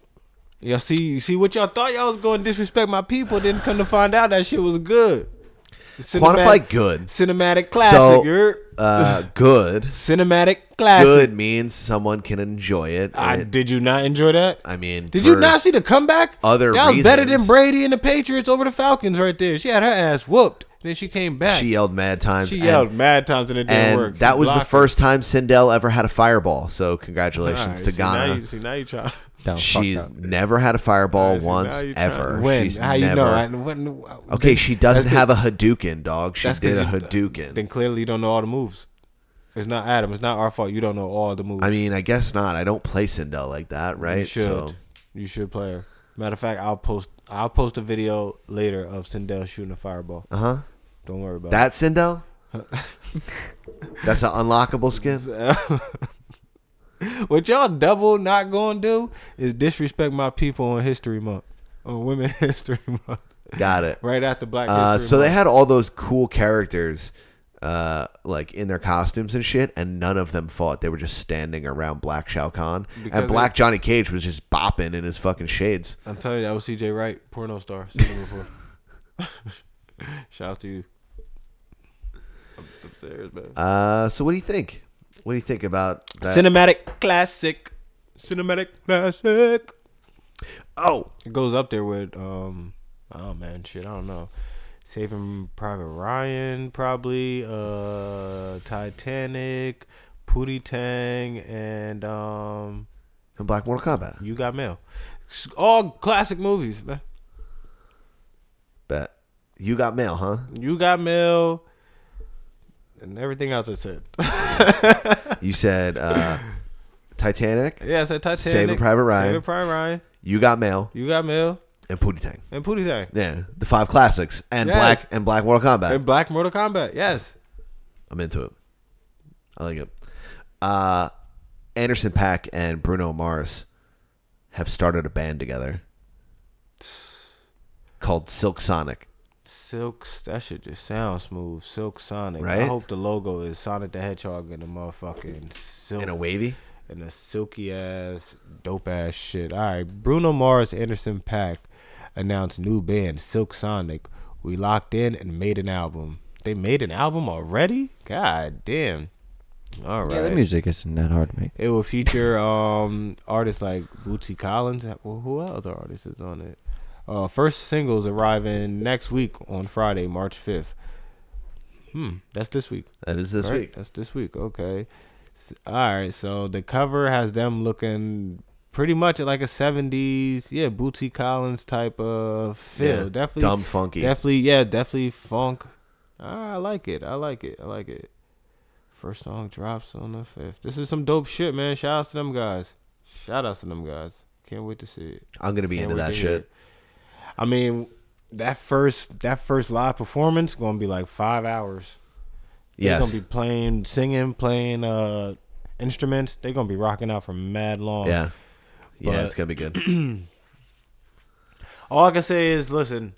S9: y'all see, you see what y'all thought y'all was going to disrespect my people. Didn't come to find out that shit was good.
S8: Quantify good.
S9: Cinematic classic.
S8: So,
S9: you're-
S8: uh, good.
S9: Cinematic classic.
S8: Good means someone can enjoy it.
S9: I,
S8: It-
S9: did you not enjoy that?
S8: I mean,
S9: Did you
S8: for
S9: not see the comeback?
S8: other
S9: that was better than
S8: reasons.
S9: Brady and the Patriots over the Falcons right there. She had her ass whooped. Then she came back.
S8: She
S9: She,
S8: yelled mad times. and-
S9: yelled mad times and it didn't
S8: and
S9: work. She
S8: that was the
S9: blocked
S8: first time Sindel ever had a fireball. So
S9: her.
S8: congratulations
S9: Alright,
S8: to
S9: see, now
S8: Ghana.
S9: you- see, now you try.
S8: She's never had a fireball
S9: Alright, see, now
S8: once
S9: you trying-
S8: ever.
S9: When?
S8: She's
S9: How you know?
S8: never-
S9: I- when-
S8: okay,
S9: then-
S8: she
S9: that's
S8: doesn't
S9: 'cause-
S8: have a Hadouken, dog. She
S9: 'cause
S8: did a
S9: you-
S8: Hadouken.
S9: Then clearly you don't know all the moves. It's not Adam. It's not our fault. You don't know all the moves.
S8: I mean, I guess not. I don't play Sindel like that, right?
S9: You should. You should play her. Matter of fact, I'll post. I'll post a video later of Sindel shooting a fireball.
S8: Uh huh.
S9: Don't worry about
S8: That Sindel?
S9: it.
S8: That's an unlockable skin.
S9: what y'all double not gonna do is disrespect my people on History Month, on Women History Month.
S8: Got it.
S9: Right after Black History
S8: Uh,
S9: Month.
S8: so they had all those cool characters, uh, like in their costumes and shit, and none of them fought. They were just standing around Black Shao Kahn,
S9: Because
S8: and Black
S9: they-
S8: Johnny Cage was just bopping in his fucking shades.
S9: I'm telling you, that was CJ Wright, porno star. Seen him before. Shout out to you. I'm upstairs, man.
S8: Uh, so what do you think? What do you think about that?
S9: Cinematic classic. Cinematic classic.
S8: Oh,
S9: it goes up there with um. Oh man, shit. I don't know. Saving Private Ryan, probably. Uh, Titanic, Pootie Tang, and um.
S8: And Black Mortal Kombat.
S9: You got mail. S- All classic movies, man.
S8: Bet you got mail, huh?
S9: You got mail. And everything else I said.
S8: You said uh, Titanic.
S9: Yeah, I said Titanic.
S8: Saving Private Ryan.
S9: Saving Private Ryan.
S8: You got mail.
S9: You got mail.
S8: And Pootie Tang.
S9: And Pootie Tang.
S8: Yeah, the five classics and
S9: Yes.
S8: Black and Black Mortal Kombat.
S9: And Black Mortal Kombat. Yes.
S8: I'm into it. I like it. Uh, Anderson Pack and Bruno Mars have started a band together called Silk Sonic.
S9: Silk. That shit just sounds smooth. Silk Sonic. I
S8: Right?
S9: hope the logo is Sonic the Hedgehog and a motherfucking silk.
S8: And a wavy.
S9: And a silky ass, dope ass shit. All right. Bruno Mars, Anderson Pack announced new band Silk Sonic. We locked in and made an album. They made an album already. God damn. All right.
S17: Yeah, the music isn't that hard to make.
S9: It will feature um artists like Bootsy Collins. Well, who other artist is on it? Uh, first singles arriving next week on Friday, March fifth. Hmm, that's this week.
S8: That is this
S9: Right?
S8: week.
S9: That's this week. Okay. S- All right. So the cover has them looking pretty much like a '70s, yeah, Bootsy Collins type of feel.
S8: Yeah,
S9: definitely
S8: dumb funky.
S9: Definitely, yeah, definitely funk. Ah, I like it. I like it. I like it. First song drops on the fifth. This is some dope shit, man. Shout outs to them guys. Shout outs to them guys. Can't wait to see it.
S8: I'm gonna be
S9: Can't
S8: into
S9: wait
S8: that
S9: to hear
S8: shit.
S9: it. I mean, that first that first live performance gonna be like five hours. They're
S8: Yes.
S9: gonna be playing, singing, playing uh instruments. They're gonna be rocking out for mad long.
S8: Yeah. Yeah,
S9: But-
S8: it's gonna be good.
S9: all I can say is, listen,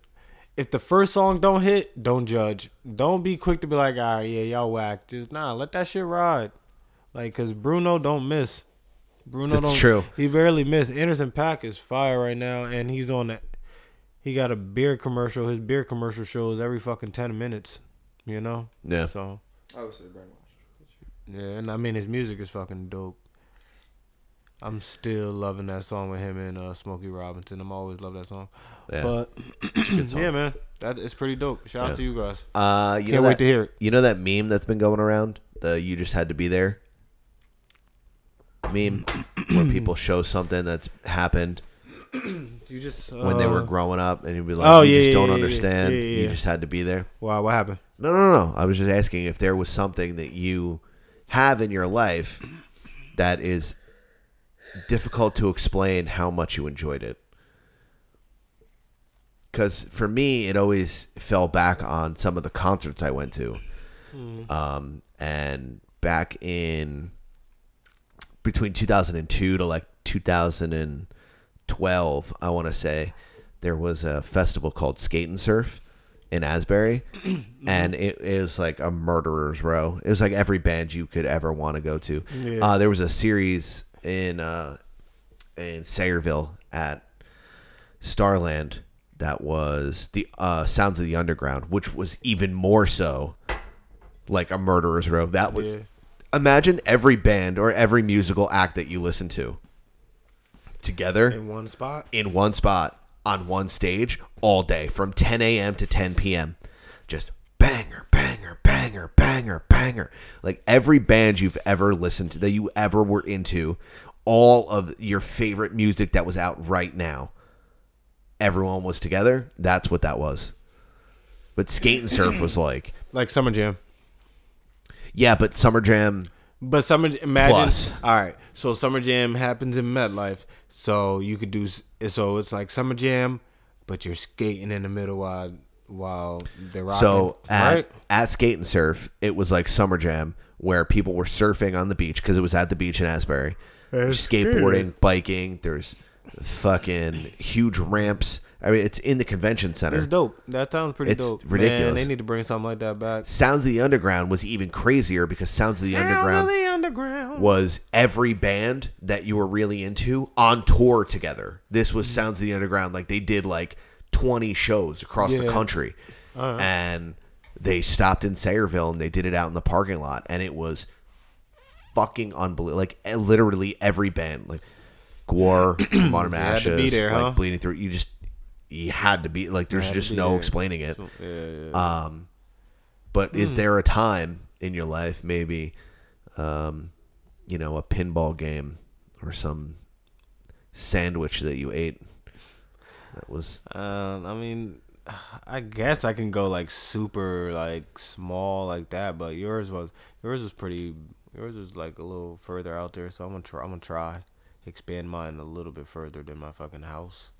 S9: if the first song don't hit, don't judge. Don't be quick to be like, all right, yeah, y'all whack. Just nah, let that shit ride. Like, cause Bruno don't miss. Bruno
S8: That's
S9: don't.
S8: true.
S9: He barely missed. Anderson Pack is fire right now, and he's on that. He got a beer commercial. His beer commercial shows every fucking ten minutes. You know.
S8: Yeah.
S9: So
S17: I would say brainwash.
S9: yeah, and I mean his music is fucking dope. I'm still loving that song with him and uh, Smokey Robinson. I'm always love that song.
S8: Yeah.
S9: But
S8: It's a good song.
S9: yeah, man, that it's pretty dope. Shout
S8: Yeah.
S9: out to you guys.
S8: Uh, you
S9: Can't
S8: know
S9: wait
S8: that-
S9: to hear it.
S8: You know that meme that's been going around? The you just had to be there meme where people show something that's happened
S9: You just
S8: when they were
S9: uh,
S8: growing up and you'd be like,
S9: Oh,
S8: you
S9: yeah,
S8: just
S9: yeah,
S8: don't
S9: yeah, yeah,
S8: understand.
S9: yeah, yeah,
S8: You
S9: yeah.
S8: just had to be there.
S9: Wow, what happened?
S8: No, no, no. no. I was just asking if there was something that you have in your life that is difficult to explain how much you enjoyed it. Because for me, it always fell back on some of the concerts I went to.
S9: Hmm.
S18: Mm.
S8: Um, and back in between 2002 to like 2012, I want to say, there was a festival called Skate and Surf in Asbury. and it, it was like a murderer's row. It was like every band you could ever want to go to.
S9: Yeah.
S8: Uh, there was a series in uh, in Sayreville at Starland that was the uh, Sounds of the Underground, which was even more so like a murderer's row. That was
S9: Yeah.
S8: imagine every band or every musical act that you listen to together in
S9: one spot
S8: in one spot on one stage all day from 10 a.m. to 10 p.m. Just banger, banger, banger, banger, banger. Like every band you've ever listened to that you ever were into, all of your favorite music that was out right now. Everyone was together. That's what that was. But Skate and Surf was like,
S9: like Summer Jam.
S8: yeah, but Summer Jam.
S9: But summer, imagine.
S8: Plus.
S9: All right, so summer jam happens in MetLife, so you could do. s- So it's like summer jam, but you're skating in the middle while while they're rocking.
S8: So at,
S9: right?
S8: at Skate and Surf, it was like Summer Jam where people were surfing on the beach because it was at the beach in Asbury.
S9: That's
S8: Skateboarding,
S9: good.
S8: biking. There's fucking huge ramps. I mean, it's in the convention center.
S9: It's dope. That sounds pretty
S8: It's
S9: dope. Man,
S8: ridiculous.
S9: they need to bring something like that back.
S8: Sounds of the Underground was even crazier because Sounds of the Underground
S9: the underground.
S8: was every band that you were really into on tour together. This
S9: Mm.
S8: was Sounds of the Underground. Like they did like 20 shows across the
S9: Yeah.
S8: country.
S9: Alright.
S8: And they stopped in Sayreville and they did it out in the parking lot. And it was fucking unbelievable. Like eh, literally every band, like Gwar, Modern
S9: You had
S8: Ashes,
S9: to be there,
S8: like
S9: huh?
S8: Bleeding Through. You just, you had to be like, there's
S9: had to
S8: just
S9: be
S8: no
S9: there.
S8: explaining it.
S9: So- yeah, yeah,
S8: Um, but is
S9: Hmm.
S8: there a time in your life, maybe, um, you know, a pinball game or some sandwich that you ate that was
S9: Um, I mean, I guess I can go like super like small like that, but yours was yours was pretty yours was like a little further out there, so I'm gonna try I'm gonna try expand mine a little bit further than my fucking house.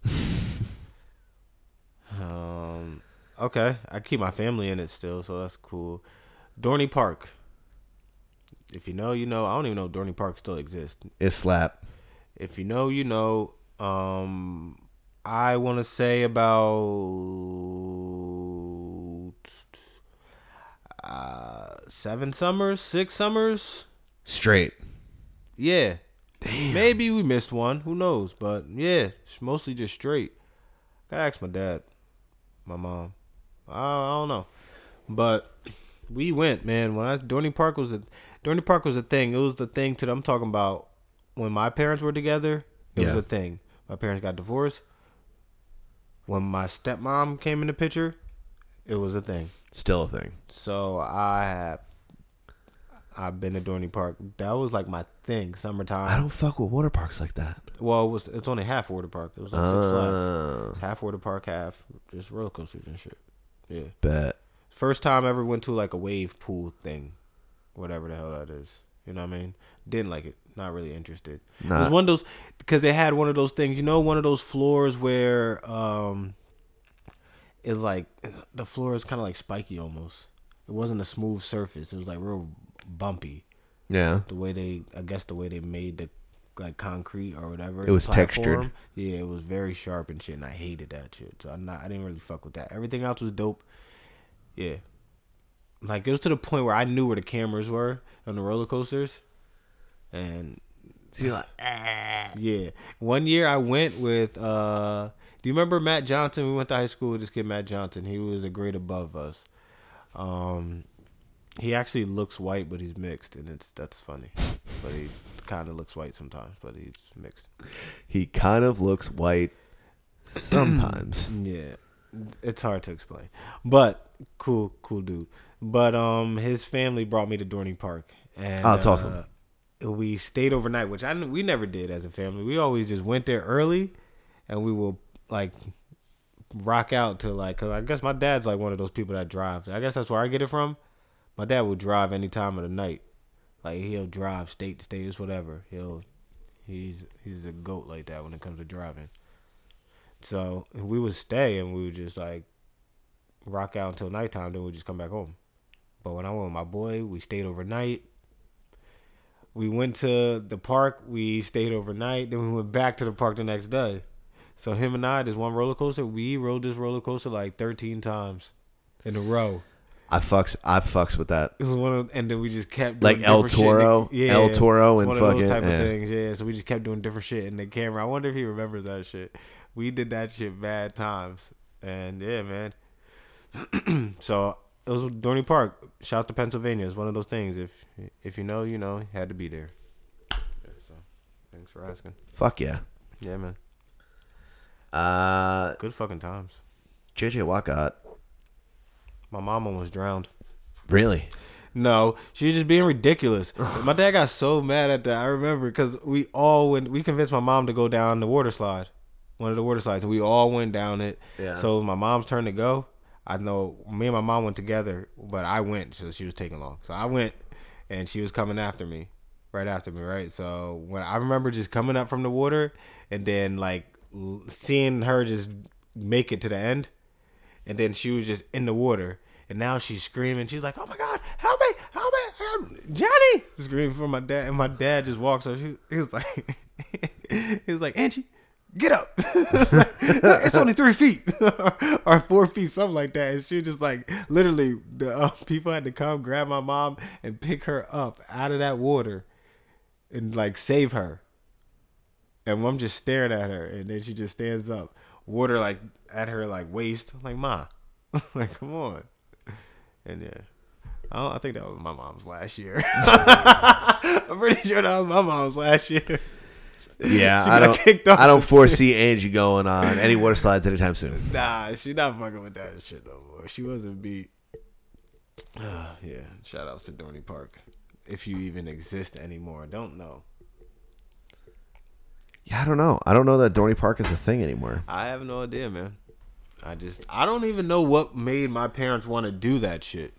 S9: um, okay, I keep my family in it still, so that's cool. Dorney Park. If you know, you know. I don't even know if Dorney Park still exists
S8: is slap?
S9: if you know, you know. Um, I want to say about uh, seven summers, six summers.
S8: Straight.
S9: Yeah, maybe we missed one. Who knows? But yeah, it's mostly just straight. Gotta ask my dad, my mom. I, I don't know, but we went, man. When I Dorney Park was a Dorney Park was a thing. It was the thing to I'm talking about when my parents were together. It was
S8: Yeah.
S9: a thing. My parents got divorced. When my stepmom came in the picture, it was a thing.
S8: Still a thing.
S9: So I have. I've been to Dorney Park. That was like my thing. Summertime.
S8: I don't fuck with water parks like that.
S9: Well, it was it's only half water park. It was like six
S8: Oh.
S9: flats. It's half water park, half just roller coasters and shit. Yeah.
S8: Bet.
S9: First time I ever went to like a wave pool thing, whatever the hell that is. You know what I mean? Didn't like it. Not really interested. It was
S8: Nah.
S9: one of those because they had one of those things. You know, one of those floors where um, it's like the floor is kind of like spiky almost. It wasn't a smooth surface. It was like real bumpy.
S8: Yeah.
S9: The way they, I guess, the way they made the like concrete or whatever.
S8: It
S9: the
S8: was textured.
S9: platform. Yeah, it was very sharp and shit, and I hated that shit. So I'm not, I didn't really fuck with that. Everything else was dope. Yeah, like it was to the point where I knew where the cameras were on the roller coasters, and
S8: so you're like, "Ah."
S9: yeah. One year I went with. uh Do you remember Matt Johnson? We went to high school with this kid, Matt Johnson. He was a grade above us. Um, he actually looks white, but he's mixed, and it's that's funny. but he kind of looks white sometimes, but he's mixed.
S8: He kind of looks white sometimes.
S9: Yeah, it's hard to explain, but cool, cool dude. But um, his family brought me to Dorney Park, and uh,
S8: Oh, that's awesome.
S9: We stayed overnight, which I kn- we never did as a family. We always just went there early, and we will like rock out to like. Cause I guess my dad's like one of those people that drives. I guess that's where I get it from. My dad will drive any time of the night. Like he'll drive state to state, it's whatever. He'll he's he's a goat like that when it comes to driving. So we would stay and we would just like rock out until nighttime, then we'd just come back home. But when I went with my boy, we stayed overnight. We went to the park, we stayed overnight, then we went back to the park the next day. So him and I, this one roller coaster, we rode this roller coaster like thirteen times in a row.
S8: I fucks I fucks with that.
S9: It was one of, and then we just kept
S8: Like
S9: doing
S8: El
S9: different shit.
S8: Toro? El Toro and
S9: one of
S8: fucking-
S9: those type
S8: yeah.
S9: of things. Yeah, so we just kept doing different shit in the camera. I wonder if he remembers that shit. We did that shit bad times, and yeah, man. so it was Dorney Park. Shout out to Pennsylvania. It's one of those things. If if you know, you know, had to be there. Yeah, so thanks for asking.
S8: Fuck yeah.
S9: Yeah, man.
S8: Uh,
S9: Good fucking times.
S8: JJ Watt.
S9: My mom almost drowned.
S8: Really?
S9: No, she was just being ridiculous. my dad got so mad at that. I remember because we all went. We convinced my mom to go down the water slide, one of the water slides. We all went down it.
S8: Yeah.
S9: So it was my mom's turn to go. I know me and my mom went together, but I went, so she was taking long. So I went, and she was coming after me, right after me, right. So when I remember just coming up from the water, and then like l- seeing her just make it to the end and then she was just in the water. And now she's screaming. She's like, "Oh my god, help me! Help me!" Help me. Johnny, screaming for my dad, and my dad just walks up. He, he was like, he was like, Angie, get up. it's only three feet or four feet, something like that. And she just like literally, the uh, people had to come grab my mom and pick her up out of that water and like save her. And I'm just staring at her, and then she just stands up, water like at her like waist. I'm like, ma, like come on. And yeah. I, don't- I think that was my mom's last year. I'm pretty sure that was my mom's last year.
S8: Yeah,
S9: She got
S8: I don't.
S9: kicked off
S8: I don't
S9: the-
S8: foresee Angie going on any water slides anytime soon.
S9: Nah, she not fucking with that shit no more. She wasn't beat. Ah, yeah, shout outs to Dorney Park. If you even exist anymore, I don't know.
S8: Yeah, I don't know. I don't know that Dorney Park is a thing anymore.
S9: I have no idea, man. I just I don't even know what made my parents want to do that shit.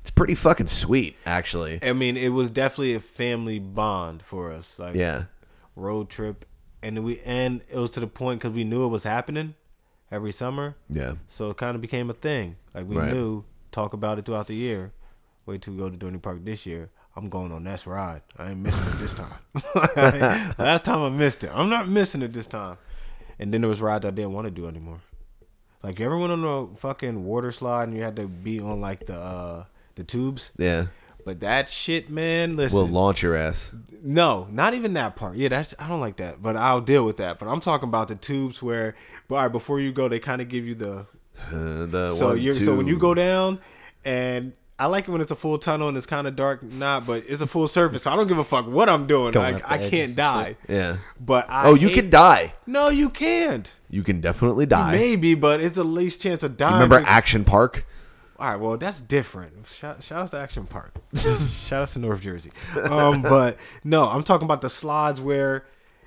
S8: It's pretty fucking sweet, actually.
S9: I mean, it was definitely a family bond for us. Like,
S8: Yeah.
S9: road trip, and we and it was to the point because we knew it was happening every summer.
S8: Yeah.
S9: so it kind of became a thing. Like we
S8: Right.
S9: knew, talk about it throughout the year. Wait till we go to Dorney Park this year. I'm going on that ride. I ain't missing it this time. Last time I missed it. I'm not missing it this time. And then there was rides I didn't want to do anymore. Like you ever went on a fucking water slide and you had to be on like the uh the tubes.
S8: Yeah.
S9: But that shit, man. Listen,
S8: Will launch your ass.
S9: no, not even that part. Yeah, that's I don't like that, but I'll deal with that. But I'm talking about the tubes where, all right, before you go, they kind of give you the.
S8: Uh, the
S9: so
S8: one,
S9: you are so when
S8: two.
S9: you go down, and I like it when it's a full tunnel and it's kind of dark, not, but it's a full surface. So I don't give a fuck what I'm doing.
S8: Going
S9: Like
S8: up the
S9: I
S8: edges
S9: can't
S8: and
S9: die.
S8: Yeah.
S9: But I
S8: oh, you
S9: hate-
S8: can die.
S9: No, you can't.
S8: You can definitely die.
S9: Maybe, but it's the least chance of
S8: You
S9: dying.
S8: remember
S9: because-
S8: Action Park?
S9: all right, well, that's different. Shout, shout outs to Action Park. shout outs to North Jersey. Um, but no, I'm talking about the slides where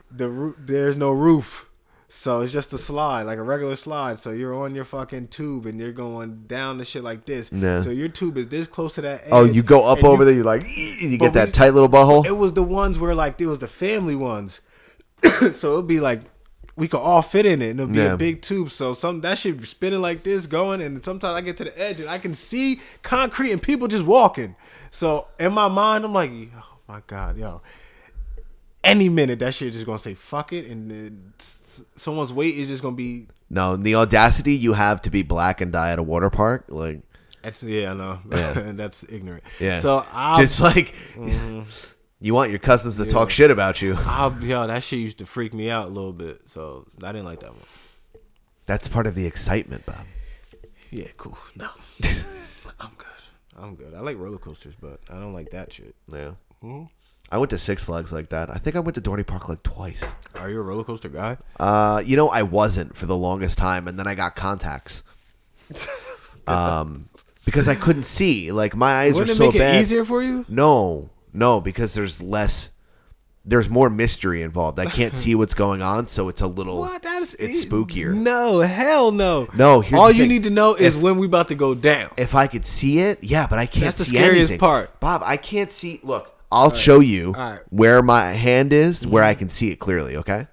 S9: the roo- there's no roof. So it's just a slide, like a regular slide. So you're on your fucking tube and you're going down the shit like this.
S8: Yeah.
S9: So your tube is this close to that edge.
S8: Oh, you go up
S9: and
S8: over
S9: you-
S8: there. You're like, and you
S9: But
S8: get that
S9: we-
S8: tight little
S9: It
S8: butthole.
S9: was the ones where like it was the family ones. so it'd be like we could all fit in it and it'd be
S8: Yeah.
S9: a big tube. So some that shit be spinning like this, going, and sometimes I get to the edge and I can see concrete and people just walking. So in my mind, I'm like, oh my God, yo. Any minute that shit just gonna say fuck it and then s- someone's weight is just gonna be
S8: No, the audacity you have to be black and die at a water park, like,
S9: that's yeah, I know.
S8: Yeah.
S9: that's ignorant.
S8: yeah.
S9: So I
S8: just like,
S9: Mhm.
S8: you want your cousins to talk
S9: Yeah.
S8: shit about you.
S9: I'll, yo, that shit used to freak me out a little bit. So I didn't like that one.
S8: That's part of the excitement, Bob.
S9: Yeah, cool. No, I'm good. I'm good. I like roller coasters, but I don't like that shit.
S8: Yeah.
S9: Hmm?
S8: I went to Six Flags like that. I think I went to Dorney Park like twice.
S9: Are you a roller coaster guy?
S8: Uh, you know, I wasn't for the longest time, and then I got contacts. um, because I couldn't see. Like my eyes
S9: Wouldn't
S8: are
S9: it
S8: so
S9: make it
S8: bad.
S9: easier for you?
S8: No, no, because there's less. There's more mystery involved. I can't see what's going on, so it's a little.
S9: What? e-, That's
S8: Oh, it's spookier.
S9: No, hell no.
S8: No, here's
S9: all
S8: the
S9: you
S8: thing.
S9: need to know is
S8: If-
S9: when we about to go down.
S8: If I could see it, yeah, but I can't
S9: That's the
S8: see
S9: scariest
S8: anything.
S9: part.
S8: Bob, I can't see. Look, I'll show you
S9: All right. Mm-hmm.
S8: where my hand is, where I can see it clearly. Okay.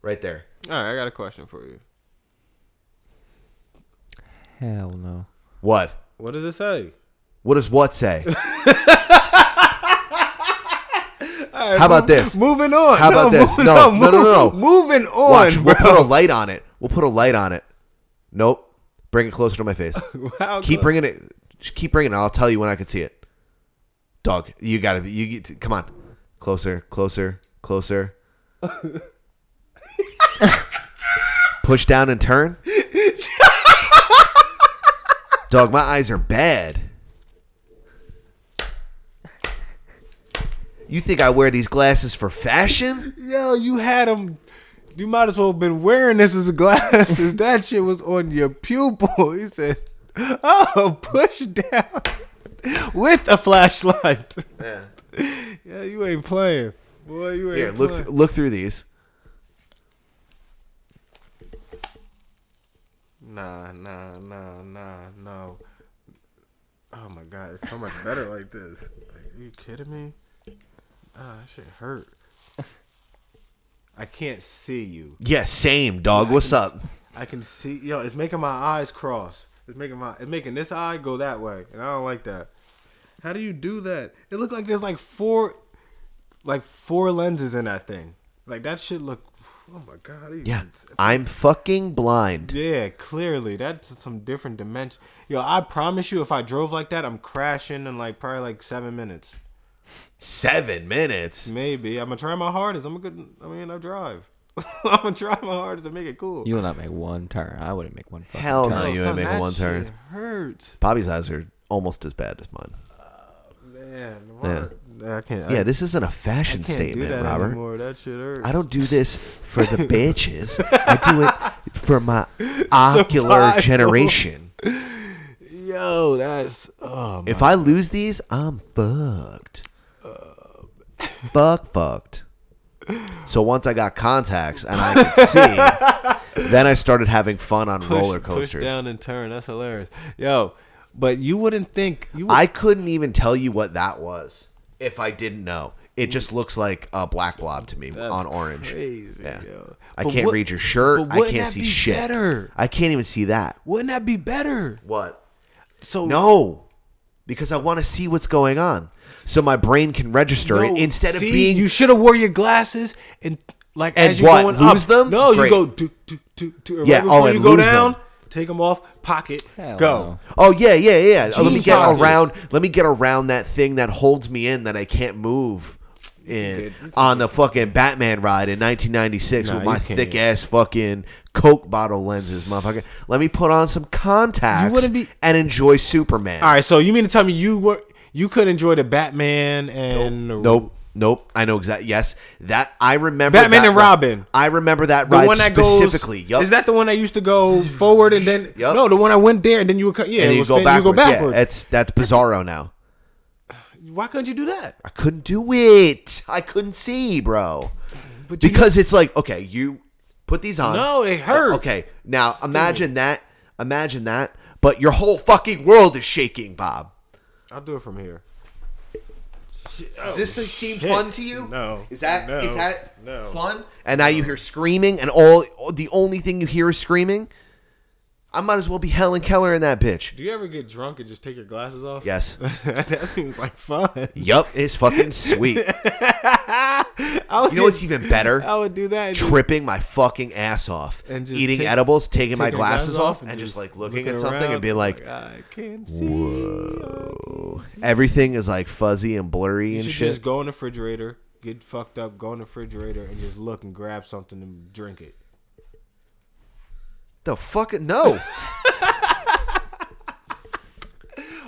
S8: Right there.
S9: All right, I got a question for you.
S17: Hell no.
S8: What?
S9: What does it say?
S8: What does what say? How about this?
S9: Moving on.
S8: How about
S9: No,
S8: this?
S9: moving-
S8: No,
S9: no,
S8: no, no, no, no.
S9: move- moving on,
S8: Watch, We'll
S9: bro.
S8: put a light on it. We'll put a light on it. Nope. Bring it closer to my face.
S9: How
S8: keep
S9: close?
S8: bringing it. Just keep bringing it. I'll tell you when I can see it. Dog, you gotta. be- You get. Come on. Closer. Closer. Closer. Push down and turn. Dog, my eyes are bad. You think I wear these glasses for fashion?
S9: Yo, you had them. You might as well have been wearing this as glasses. that shit was on your pupil. He said, "Oh, push down with a flashlight."
S8: Yeah.
S9: yeah, you ain't playing, boy. You ain't
S8: Here, look
S9: playing.
S8: th- look through these.
S9: Nah, nah, nah, nah, no. Oh my god, it's so much better like this. Are you kidding me? Ah, that shit hurt. I can't see you.
S8: Yeah, same, dog. What's up?
S9: I can see yo, it's making my eyes cross. It's making my it's making this eye go that way, and I don't like that. How do you do that? It looked like there's like four, like four lenses in that thing. Like that shit look. Oh my god. how do you
S8: Yeah.
S9: even-
S8: I'm fucking blind.
S9: Yeah, clearly that's some different dimension. Yo, I promise you, if I drove like that, I'm crashing in like probably like seven minutes.
S8: Seven minutes.
S9: Maybe I'm gonna try my hardest. I'm a good. I mean, I drive. I'm gonna try my hardest to make it cool.
S17: You will not make one turn. I wouldn't make one fucking
S8: Hell
S17: turn.
S8: no, you
S9: son,
S8: ain't making
S9: that
S8: one turn.
S9: shit hurts.
S8: Bobby's eyes are almost as bad as mine.
S9: Man,
S8: Yeah.
S9: what? I can't.
S8: yeah,
S9: I-
S8: this isn't a fashion
S9: I can't do
S8: statement,
S9: that
S8: Robert.
S9: anymore. That shit hurts.
S8: I don't do this for the bitches. I do it for my ocular
S9: Survival.
S8: generation.
S9: Yo, that's. Oh,
S8: If
S9: my-
S8: I lose these, I'm fucked. Fuck, fucked. So once I got contacts and I could see, then I started having fun on
S9: push,
S8: roller
S9: push
S8: coasters.
S9: down and turn. That's hilarious. Yo, but you wouldn't think you. Would,
S8: I couldn't even tell you what that was if I didn't know. It just looks like a black blob to me on orange.
S9: crazy,
S8: yeah.
S9: yo.
S8: I
S9: But
S8: can't
S9: what-
S8: read your shirt.
S9: but
S8: I
S9: wouldn't
S8: can't
S9: that
S8: see
S9: be
S8: shit.
S9: better?
S8: I can't even see that.
S9: Wouldn't that be better?
S8: What?
S9: So
S8: No, because I want to see what's going on, so my brain can register
S9: No,
S8: it instead
S9: see,
S8: of being
S9: You should have wore your glasses and like
S8: And
S9: as you're
S8: what,
S9: going
S8: lose
S9: up.
S8: them?
S9: No, you
S8: Great.
S9: go do do do do. and
S8: Yeah,
S9: Right before
S8: oh, and
S9: you go
S8: lose
S9: down,
S8: them.
S9: take them off, pocket,
S17: Hell
S9: go.
S8: Oh yeah, yeah, yeah. Oh, let me
S9: Jeans
S8: get
S9: pockets.
S8: around. Let me get around that thing that holds me in that I can't move. In, on the fucking Batman ride in 1996
S9: Nah,
S8: with my
S9: you can't.
S8: thick ass fucking Coke bottle lenses, motherfucker. Let me put on some contacts
S9: You wouldn't be-
S8: and enjoy Superman.
S9: All right, so you mean to tell me you were you could enjoy the Batman and
S8: Nope, nope. I know exactly. Yes, that I remember.
S9: Batman
S8: that
S9: and
S8: ride.
S9: Robin.
S8: I remember that
S9: the
S8: ride
S9: one that
S8: specifically.
S9: goes?
S8: Yup.
S9: Is that the one that used to go forward and then? No, the one that went there and then you would co- yeah,
S8: and
S9: it
S8: you
S9: was
S8: go,
S9: spin-
S8: backwards.
S9: You go backwards.
S8: Yeah, that's that's Bizarro now.
S9: Why couldn't you do that?
S8: I couldn't do it. I couldn't see, bro.
S9: you
S8: because it's like, okay, you put these on.
S9: No, they hurt.
S8: Okay, now imagine that. Imagine that. But your whole fucking world is shaking, Bob.
S9: I'll do it from here.
S8: Does this thing seem
S9: Oh, shit.
S8: fun to you?
S9: No.
S8: Is that is
S9: No.
S8: that
S9: No.
S8: fun? And now you hear screaming, and all the only thing you hear is screaming. I might as well be Helen Keller in that bitch.
S9: Do you ever get drunk and just take your glasses off?
S8: Yes.
S9: that seems like fun.
S8: Yup, it's fucking sweet.
S9: I would
S8: You know what's even better?
S9: I would do that. and just-
S8: tripping my fucking ass off,
S9: And just
S8: eating
S9: take-
S8: edibles, taking my
S9: taking
S8: glasses
S9: glasses
S8: off,
S9: off
S8: and,
S9: and
S8: just
S9: just
S8: like looking
S9: looking
S8: at something
S9: around,
S8: and be like,
S9: I can't see.
S8: "Whoa!" Everything is like fuzzy and blurry
S9: You
S8: and
S9: should
S8: shit.
S9: just go in the refrigerator, get fucked up, go in the refrigerator, and just look and grab something and drink it.
S8: the fuck? No.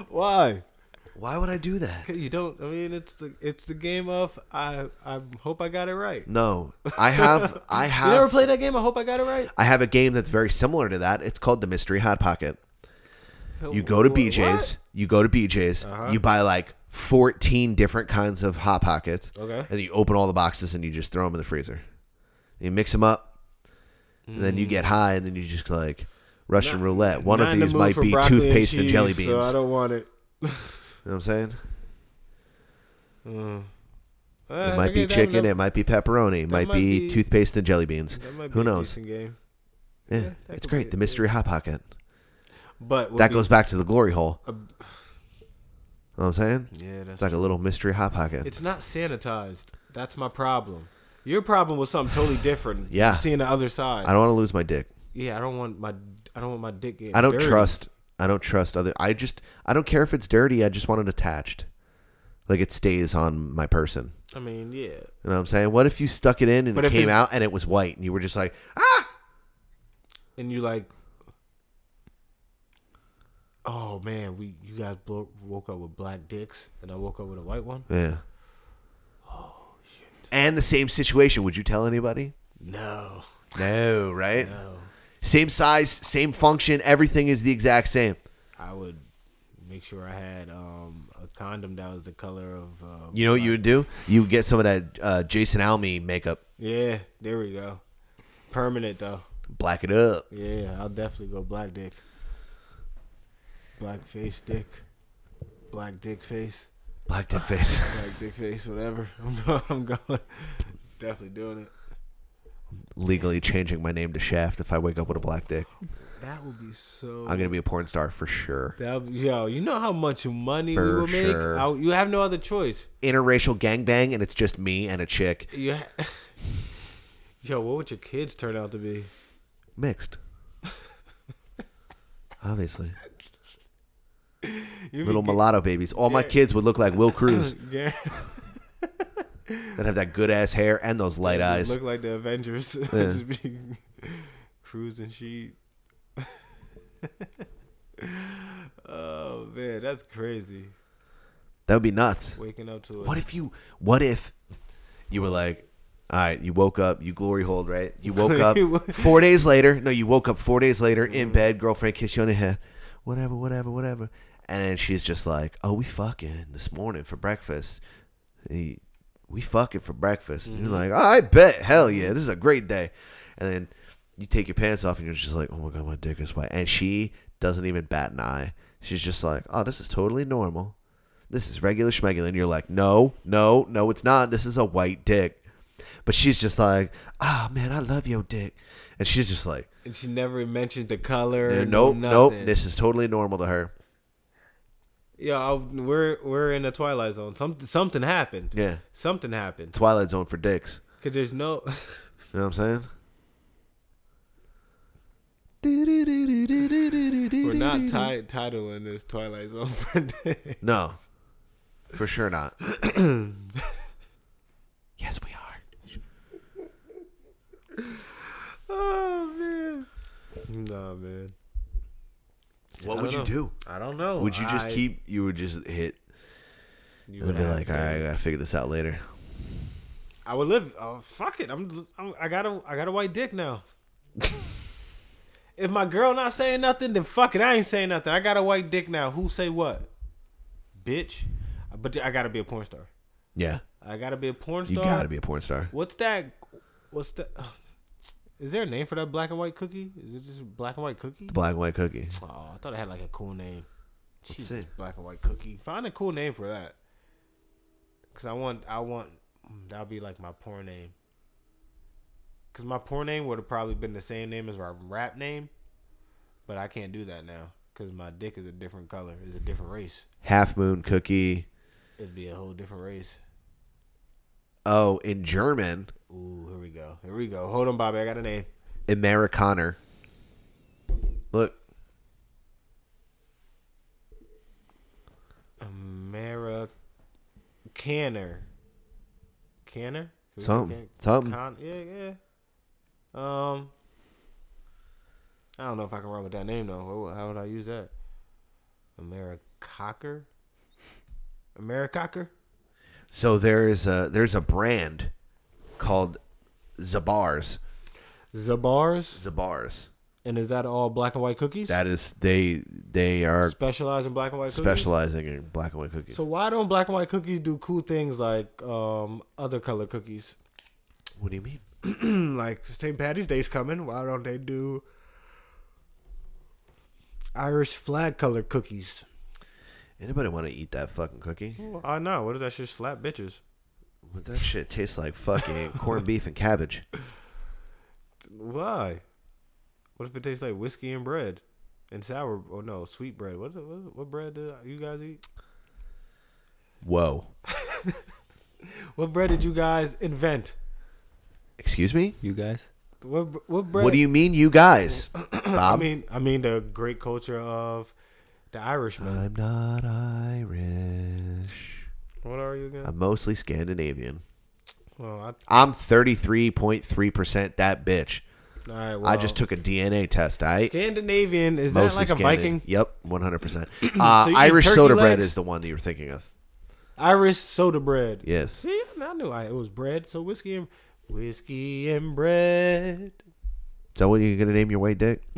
S9: Why?
S8: Why would I do that?
S9: 'Cause You don't. I mean, it's the it's the game of I I hope I got it right.
S8: No, I have, I
S9: You never
S8: have,
S9: played that game. I hope I got it right.
S8: I have a game that's very similar to that. It's called the Mystery Hot Pocket. You go to
S9: Wh- Uh-huh.
S8: BJ's, you go to BJ's, you buy like fourteen different kinds of hot pockets,
S9: Okay.
S8: and you open all the boxes and you just throw them in the freezer. You mix them up, and then you get high, and then you just like Russian roulette. One
S9: Mm. Not
S8: of
S9: in the
S8: these
S9: mood
S8: might
S9: for
S8: be
S9: broccoli
S8: toothpaste and,
S9: cheese,
S8: jelly beans.
S9: So I don't want it.
S8: You know what I'm saying?
S9: Uh,
S8: it might
S9: okay,
S8: be
S9: that-
S8: chicken,
S9: that-
S8: it might be pepperoni, it might,
S9: might
S8: be,
S9: be-
S8: toothpaste and jelly beans.
S9: that might be
S8: Who
S9: a
S8: knows?
S9: decent game.
S8: Yeah,
S9: that
S8: it's
S9: could
S8: great.
S9: be-
S8: the mystery hot pocket.
S9: But would
S8: that
S9: be-
S8: goes back to the glory hole.
S9: a-
S8: You know what I'm saying?
S9: Yeah, that's
S8: It's like a little mystery hot pocket.
S9: It's not sanitized. That's my problem. Your problem was something totally different.
S8: Yeah.
S9: seeing the other side.
S8: I don't want to lose my dick.
S9: Yeah, I don't want my I don't want my dick getting.
S8: I don't
S9: dirty.
S8: trust. I don't trust other. I just. I don't care if it's dirty. I just want it attached, like it stays on my person.
S9: I mean, yeah.
S8: You know what I'm saying? What if you stuck it in and
S9: But
S8: it
S9: if
S8: came
S9: it's-
S8: out and it was white and you were just like,
S9: And you like, oh man, we you guys blo- woke up with black dicks, and I woke up with a white one.
S8: yeah. Oh
S9: Oh,
S8: shit. And the same situation. Would you tell anybody?
S9: No.
S8: No, right? No. Same size, same function. Everything is the exact same.
S9: I would make sure I had um, a condom that was the color of. Uh,
S8: You know what you would do? You would get some of that uh, Jason Alme makeup,
S9: yeah, there we go. Permanent though.
S8: black it up.
S9: Yeah, I'll definitely go black dick. Black face dick. Black dick face.
S8: Black dead face.
S9: Black dick face, whatever. I'm going. I'm going. Definitely doing it.
S8: Legally changing my name to Shaft if I wake up with a black dick.
S9: That would be so.
S8: I'm gonna be a porn star for sure.
S9: That, yo, you know how much money
S8: For
S9: we will make.
S8: sure.
S9: I- you have no other choice.
S8: Interracial gangbang, and it's just me and a chick
S9: You ha- yo, what would your kids turn out to be?
S8: mixed. Obviously,
S9: You
S8: little
S9: could get-
S8: mulatto babies. All my
S9: Yeah.
S8: kids would look like Will Cruz.
S9: Yeah.
S8: that have that good ass hair and those light
S9: Just
S8: eyes.
S9: Look like the Avengers.
S8: Yeah.
S9: Just be cruising sheet. oh man, that's crazy.
S8: That would be nuts.
S9: Waking up to it.
S8: What if you? What if you were like, all right, you woke up, you glory hold, right? You woke up Mm-hmm.
S9: You wo-
S8: four days later. No, you woke up four days later in bed. Girlfriend kissed you on the head, whatever, whatever, whatever. And then she's just like, oh, we fucking this morning for breakfast. Hey, We fucking for breakfast. And you're like, I bet, hell yeah, this is a great day. And then you take your pants off and you're just like, oh my god, my dick is wet. And she doesn't even bat an eye. She's just like, oh, this is totally normal this is regular schmegular. And you're like, no, no, no, it's not. This is a white dick. But she's just like, ah, man, I love your dick. And she's just like,
S9: And she never mentioned the color. no
S8: no, nope, nope,
S9: nothing.
S8: this is totally normal to her.
S9: Yeah, I, we're we're in the twilight zone. Something something happened.
S8: Yeah.
S9: something happened.
S8: Twilight Zone for dicks.
S9: Cause there's no.
S8: You know what I'm saying?
S9: we're not ti- titling this twilight zone. For day.
S8: No, for sure not. yes, we are.
S9: Oh man. Nah, man.
S8: What
S9: I
S8: would you
S9: don't know.
S8: do?
S9: I don't know.
S8: Would you just
S9: I-
S8: keep, you would just hit.
S9: You
S8: and
S9: would
S8: be
S9: have
S8: like,
S9: to.
S8: all right, I gotta figure this out later.
S9: I would live. Oh fuck it. I'm, I'm. I got a. I got a white dick now. if my girl not saying nothing, then fuck it. I ain't saying nothing. I got a white dick now. Who say what? Bitch. But I gotta be a porn star.
S8: Yeah.
S9: I gotta be a porn
S8: You
S9: star.
S8: gotta be a porn star.
S9: What's that? What's that? Is there a name for that black and white cookie? Is it just black and white cookie?
S8: The black and white cookie.
S9: Oh, I thought it had like a cool name. Jesus,
S8: it?
S9: black and white cookie. Find a cool name for that. Cause I want, I want that'll be like my porn name. Cause my porn name would have probably been the same name as my rap name, but I can't do that now. Cause my dick is a different color, is a different race.
S8: Half Moon Cookie.
S9: It'd be a whole different race.
S8: Oh, in German,
S9: Ooh, here we go. Here we go. Hold on, Bobby. I got a name.
S8: Amerikaner. Look,
S9: Americanner. Canner. Canner? Can we say
S8: Something.
S9: can-
S8: Something.
S9: Con- yeah, yeah. Um, I don't know if I can run with that name though. What would- How would I use that? Americocker. Americocker.
S8: so there is a there's a brand called Zabars.
S9: Zabars.
S8: Zabars.
S9: And is that all black and white cookies?
S8: That is they they are
S9: specialize in black and white cookies.
S8: specializing in black and white cookies.
S9: So why don't black and white cookies do cool things like um other color cookies?
S8: what do you mean?
S9: like St. Patty's Day's coming. Why don't they do Irish flag color cookies?
S8: Anybody want to eat that fucking cookie?
S9: I know. Oh, What does that shit slap bitches?
S8: But that shit tastes like fucking corned beef and cabbage.
S9: Why? What if it tastes like whiskey and bread and sour? Oh no, sweet bread. What what, what bread do you guys eat?
S8: Whoa.
S9: What bread did you guys invent?
S8: Excuse me?
S17: You guys?
S9: What what bread?
S8: What do you mean you guys?
S9: I
S8: Bob?
S9: mean, I mean the great culture of the Irishman.
S8: I'm not Irish.
S9: what are you again?
S8: I'm mostly Scandinavian.
S9: well, I,
S8: I'm 33.3% that bitch.
S9: all right. Well,
S8: I just took a DNA test. I
S9: Scandinavian. Is that like a Viking?
S8: Yep, 100%.
S9: So
S8: Uh,
S9: you eat
S8: Irish
S9: turkey
S8: soda bread
S9: legs?
S8: is the one that you're thinking of.
S9: Irish soda bread.
S8: Yes.
S9: See, I knew I, it was bread, so whiskey and whiskey and bread.
S8: Is that what you're going to name your white dick?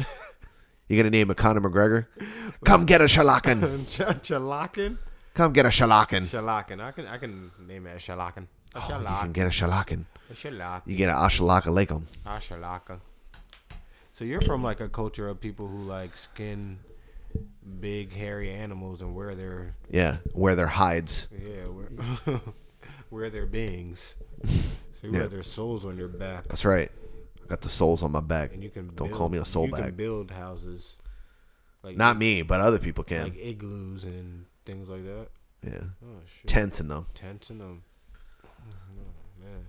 S8: you're going to name a Conor McGregor? Come get a shalakin.
S9: Ch- Chalakin,
S8: Come get a shalakin.
S9: shalakin. I can I can name it a shalakin. A
S8: Oh, You can
S9: shalakin.
S8: get a shalakin.
S9: A shalakin.
S8: You get an ashalaka lakum.
S9: A shalakin. So you're from like a culture of people who like skin big hairy animals and wear their
S8: Yeah, wear their hides.
S9: yeah wear, wear their beings. So you
S8: Yeah.
S9: wear their souls on your back.
S8: That's right. I got the souls on my back.
S9: And you can
S8: Don't
S9: build-
S8: call me a soul
S9: you
S8: bag.
S9: can build houses. Like
S8: Not me, but other people can.
S9: Like igloos and things like that.
S8: Yeah.
S9: Oh, shit.
S8: Tents and them.
S9: Tents and them. Oh, man.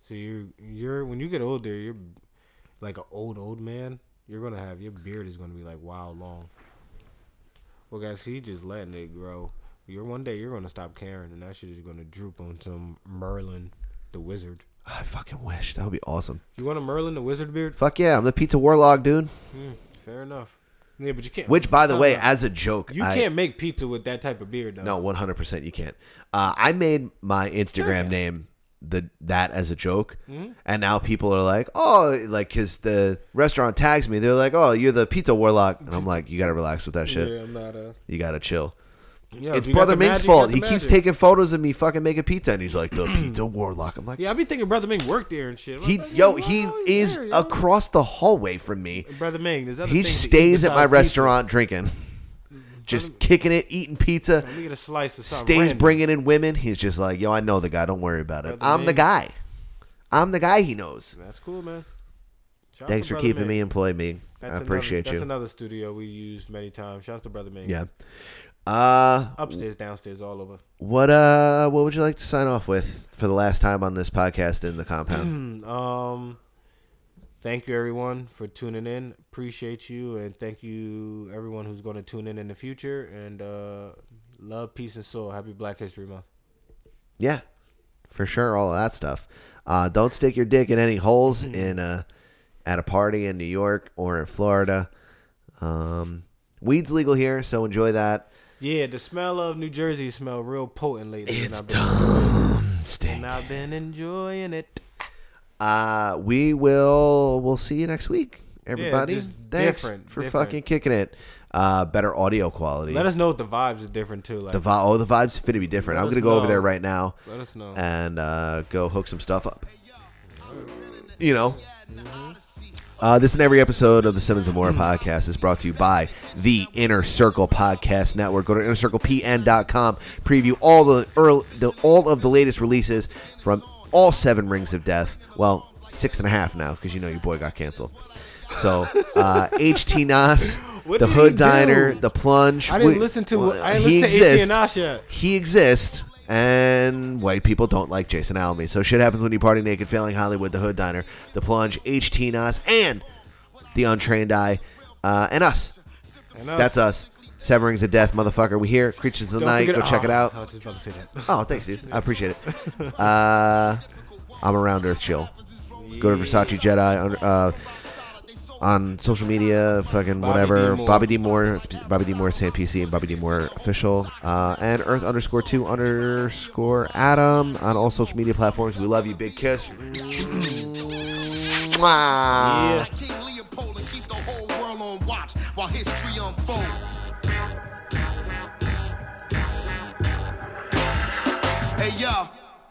S9: So you you're when you get older, you're like an old old man. You're gonna have your beard is gonna be like wild long. Well, guys, he just letting it grow. You're one day you're gonna stop caring, and that shit is gonna droop on some Merlin, the wizard.
S8: I fucking wish. That would be awesome.
S9: You want a Merlin, the wizard beard?
S8: Fuck yeah, I'm the pizza warlock, dude.
S9: Hmm, fair enough. Yeah, but you can't.
S8: Which, by the
S9: no,
S8: way,
S9: no.
S8: as a joke,
S9: Uh, you
S8: I-
S9: can't make pizza with that type of beard, though.
S8: No, one hundred percent, you can't. Uh, I made my Instagram name the that as a joke,
S9: Mhm.
S8: and now people are like, "Oh, like," because the restaurant tags me. They're like, "Oh, you're the pizza warlock," and I'm like, "You gotta relax with that shit.
S9: Yeah, I'm not uh, a-
S8: You gotta chill."
S9: Yeah,
S8: it's
S9: if you got
S8: brother
S9: the
S8: Mink's
S9: magic, you got
S8: fault.
S9: the
S8: He keeps
S9: magic.
S8: taking photos of me fucking making pizza, and he's like, "The pizza warlock." I'm like,
S9: Yeah, I be thinking Brother Ming worked there and shit. I'm
S8: he
S9: like,
S8: yo, he is across the hallway from me.
S9: Brother Ming, there's other
S8: He
S9: things to eat
S8: stays at my
S9: besides pizza. Mm-hmm.
S8: restaurant drinking, just kicking it, eating pizza.
S9: Let me get a slice of something.
S8: Stays
S9: random.
S8: bringing in women. He's just like, yo, I know the guy. Don't worry about it.
S9: Brother
S8: I'm the
S9: Ming.
S8: guy. I'm the guy he knows.
S9: That's cool, man. Shout out
S8: Thanks
S9: to
S8: for
S9: Brother
S8: keeping
S9: Ming.
S8: me employed, me.
S9: That's
S8: I
S9: another-
S8: appreciate
S9: That's
S8: you.
S9: another studio we used many times. Shouts to Brother Ming.
S8: yeah. Uh,
S9: Upstairs, downstairs, all over.
S8: what uh, what would you like to sign off with for the last time on this podcast in the compound?
S9: um, thank you everyone for tuning in. Appreciate you, and thank you everyone who's going to tune in in the future. And uh, love, peace, and soul. Happy Black History Month.
S8: yeah, for sure. All of that stuff. Uh, don't stick your dick in any holes in a at a party in New York or in Florida. Um, weed's legal here, so enjoy that.
S9: Yeah, the smell of New Jersey smell real potent lately. It's
S8: stink.
S9: And I've been enjoying it.
S8: Uh, we will. We'll see you next week, everybody.
S9: just
S8: Thanks
S9: different,
S8: for
S9: different.
S8: fucking kicking it. Uh, better audio quality.
S9: Let us know if the vibes is different too. Like
S8: The vi- oh, the vibes fit to be different.
S9: Let
S8: I'm
S9: us
S8: gonna go over
S9: know.
S8: there right now.
S9: Let us know.
S8: and uh, go hook some stuff up. You know. Uh, this and every episode of the Simmons and More podcast is brought to you by the Inner Circle Podcast Network. Go to innercirclepn.com, preview all the, early, the all of the latest releases from all seven Rings of Death. Well, six and a half now because you know your boy got canceled. So uh, HT Nas,
S9: What
S8: the
S9: did he
S8: Hood
S9: do?
S8: Diner, the Plunge.
S9: I didn't
S8: we-
S9: listen to-
S8: well,
S9: I didn't
S8: he
S9: listen to HT
S8: exists.
S9: Nas yet.
S8: He exists, and white people don't like Jason Alme. So shit happens when you party naked, failing Hollywood, the Hood Diner, the Plunge, HT Nas, and the Untrained Eye, uh, and us.
S9: And us.
S8: That's us. Seven Rings of Death, motherfucker. We here. Creatures of the
S9: Don't
S8: Night.
S9: forget-
S8: Go check it
S9: oh,
S8: out.
S9: I was just about to say that.
S8: Oh, thanks, dude. I appreciate it. Uh, I'm around Earth Chill. Go to Versace Jedi under, uh, on social media, fucking
S9: Bobby
S8: whatever.
S9: D. Moore.
S8: Bobby D Moore, it's Bobby D Moore, Sam PC, and Bobby D Moore official, uh, and Earth underscore two underscore Adam on all social media platforms. We love you, big kiss. Mwah.
S14: King Leopold and keep the whole world on watch while history unfolds.